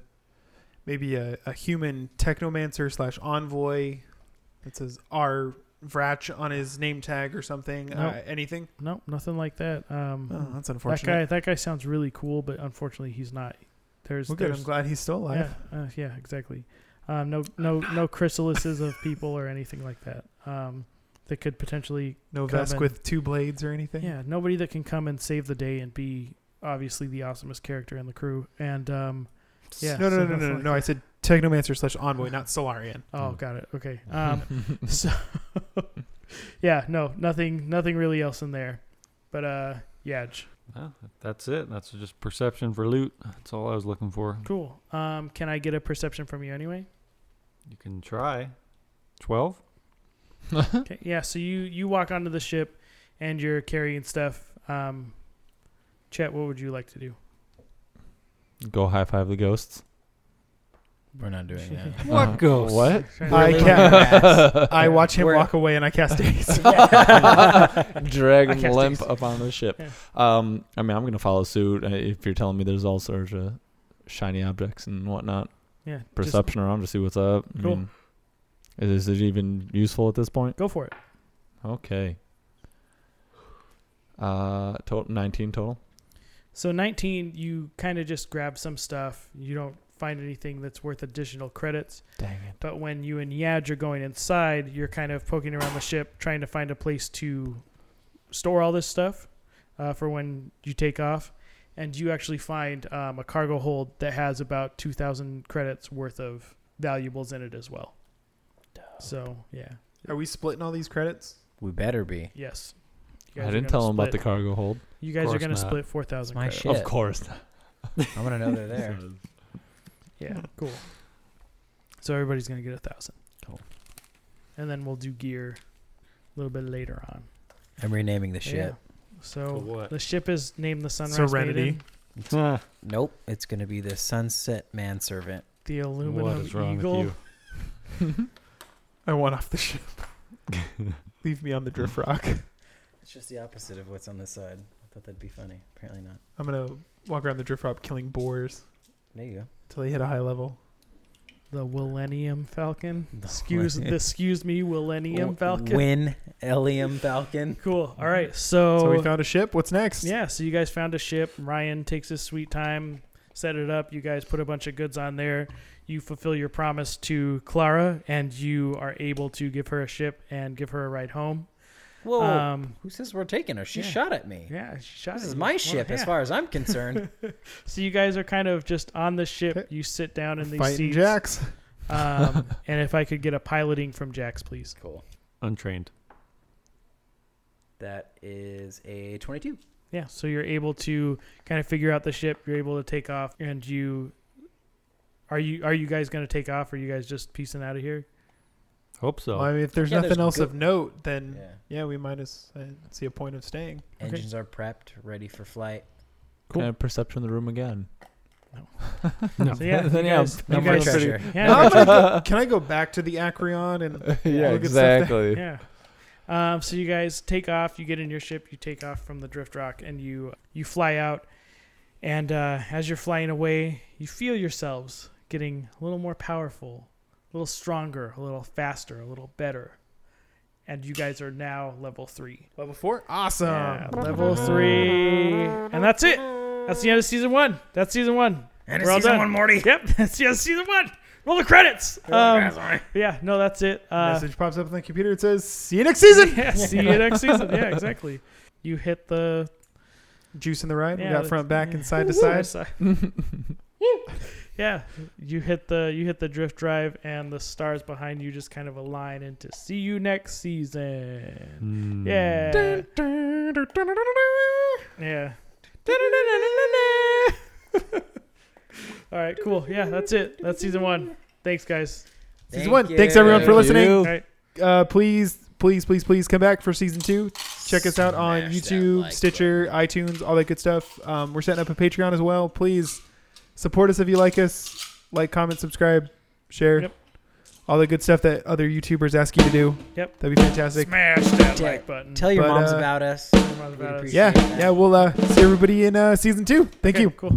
maybe a, a human technomancer slash envoy. That says R. Vrach on his name tag or something. Uh,
Nope.
anything?
no, nothing like that.
Oh,
Um,
that's
that
unfortunate.
guy, that guy sounds really cool, but unfortunately, he's not. There's,
Well, good.
there's-
I'm glad he's still alive.
yeah, uh, yeah, exactly. Um, no, no, no chrysalises of people or anything like that. Um, that could potentially,
No
Come
vest
in.
with two blades or anything.
yeah, nobody that can come and save the day and be obviously the awesomest character in the crew. And um, yeah,
No,
so
no, no, no, no,
nothing
no,
like
I said Technomancer slash Envoy, not Solarian.
Oh, got it. Okay. Um, so, yeah, no, nothing, nothing really else in there, but uh, yeah, j-
Well, that's it. That's just perception for loot. That's all I was looking for.
cool. Um, can I get a perception from you anyway?
You can try. 12?
Okay. Yeah. So you you walk onto the ship, and you're carrying stuff. Um, Chet, what would you like to do?
Go high five the ghosts.
We're not doing that. Uh-huh.
What
Uh,
ghost?
What?
I
Really?
can't. I watch him
We're-
walk away and I cast haste.
Drag
I
him
cast
limp
haste.
up on the ship.
Yeah.
Um, I mean, I'm gonna follow suit. Uh, If you're telling me there's all sorts of shiny objects and whatnot,
Yeah. Just
perception around to see what's up. I
Cool.
mean, is it even useful at this point?
go for it.
Okay. Uh, total 19 total.
So 19, you kind of just grab some stuff. You don't find anything that's worth additional credits.
Dang it.
But when you and Yad are going inside, you're kind of poking around the ship, trying to find a place to store all this stuff uh, for when you take off. And you actually find um, a cargo hold that has about 2,000 credits worth of valuables in it as well. So, yeah.
Are we splitting all these credits?
we better be.
Yes. You guys
I
are
didn't
gonna
tell him about the
split-
cargo hold.
You guys are
Course
going to
not.
split 4,000
My
credits.
shit.
Of course.
I want to know they're there.
Yeah, cool. So everybody's gonna get a thousand.
Cool.
And then we'll do gear a little bit later on.
I'm renaming the ship.
Yeah. So
what?
the ship is named the Sunrise
Serenity.
Maiden,
Ah,
Nope, it's gonna be the Sunset Manservant.
the Aluminum
what is wrong
Eagle.
with you?
I want off the ship. Leave me on the drift rock.
It's just the opposite of what's on the side. I thought that'd be funny. Apparently not.
I'm gonna walk around the drift rock killing boars
There you go.
until they hit a high level.
The Millennium Falcon.
The
Excuse
Millennium-
the excuse me, Millennium Falcon.
Win Elium Falcon.
Cool. All right. So,
so we found a ship. What's next?
Oh. yeah, so you guys found a ship. Ryan takes his sweet time, set it up. You guys put a bunch of goods on there. You fulfill your promise to Clara, and you are able to give her a ship and give her a ride home.
Whoa!
Um,
Uh, who says we're taking her? She
yeah.
shot at me.
yeah, she shot
This
at
is
you.
my
Well,
ship, as
yeah.
far as I'm concerned.
So you guys are kind of just on the ship.
Okay.
You sit down in these
Fighting
seats.
jacks.
Um, and if I could get a piloting from Jax, please.
cool.
Untrained.
That is a 22.
Yeah. So you're able to kind of figure out the ship. You're able to take off, and you are you are you guys going to take off? Or are you guys just piecing out of here?
Hope so.
Well, I mean, if there's
Yeah,
nothing
there's
else
good-
of note, then
Yeah.
yeah, we might as I see a point of staying.
Okay.
Engines are prepped, ready for flight.
Cool.
Cool.
perception of the room again.
No.
So yeah, you
Then, yeah,
guys, you
I'm
Number
guys-
pretty-
treasure.
yeah,
I'm gonna go- can I go back to the Acreon and
yeah,
Look at stuff that-
exactly.
yeah. Um, so you guys take off. You get in your ship. You take off from the drift rock, and you you fly out. And uh, as you're flying away, you feel yourselves getting a little more powerful, a little stronger, a little faster, a little better. And you guys are now level three.
level four? Awesome.
Yeah, uh, level three, and that's it. That's the end of season one. That's season one.
And
We're all done.
Morty.
Yep, that's the end of season one. Roll the credits. Um, yeah, no, that's it. Uh,
Message pops up on the computer. It says, "See you next season."
yeah, see you next season. Yeah, exactly. You hit the
Juice in the ride.
Yeah,
we got
that's-
front, back, and side to
Woo-woo.
side.
yeah, you hit the you hit the drift drive, and the stars behind you just kind of align into "See you next season."
Hmm.
Yeah, yeah. All right, cool. Yeah, that's it. That's season one. Thanks, guys.
Season one. Thanks everyone for
Thank
listening.
you.
All right.
Uh, please, please, please, please come back for season two. Check us out on
Smash that
YouTube,
like
Stitcher, iTunes, all that good stuff. Um, we're setting up a Patreon as well. Please support us if you like us. Like, comment, subscribe, share.
Yep.
All the good stuff that other YouTubers ask you to do.
Yep.
That'd be fantastic.
Smash that
Tell-
like button.
Tell your
But,
moms
uh,
about us.
Come on about us.
Yeah, yeah, we'll uh, see everybody in uh, season two. Thank
Okay,
you.
Cool.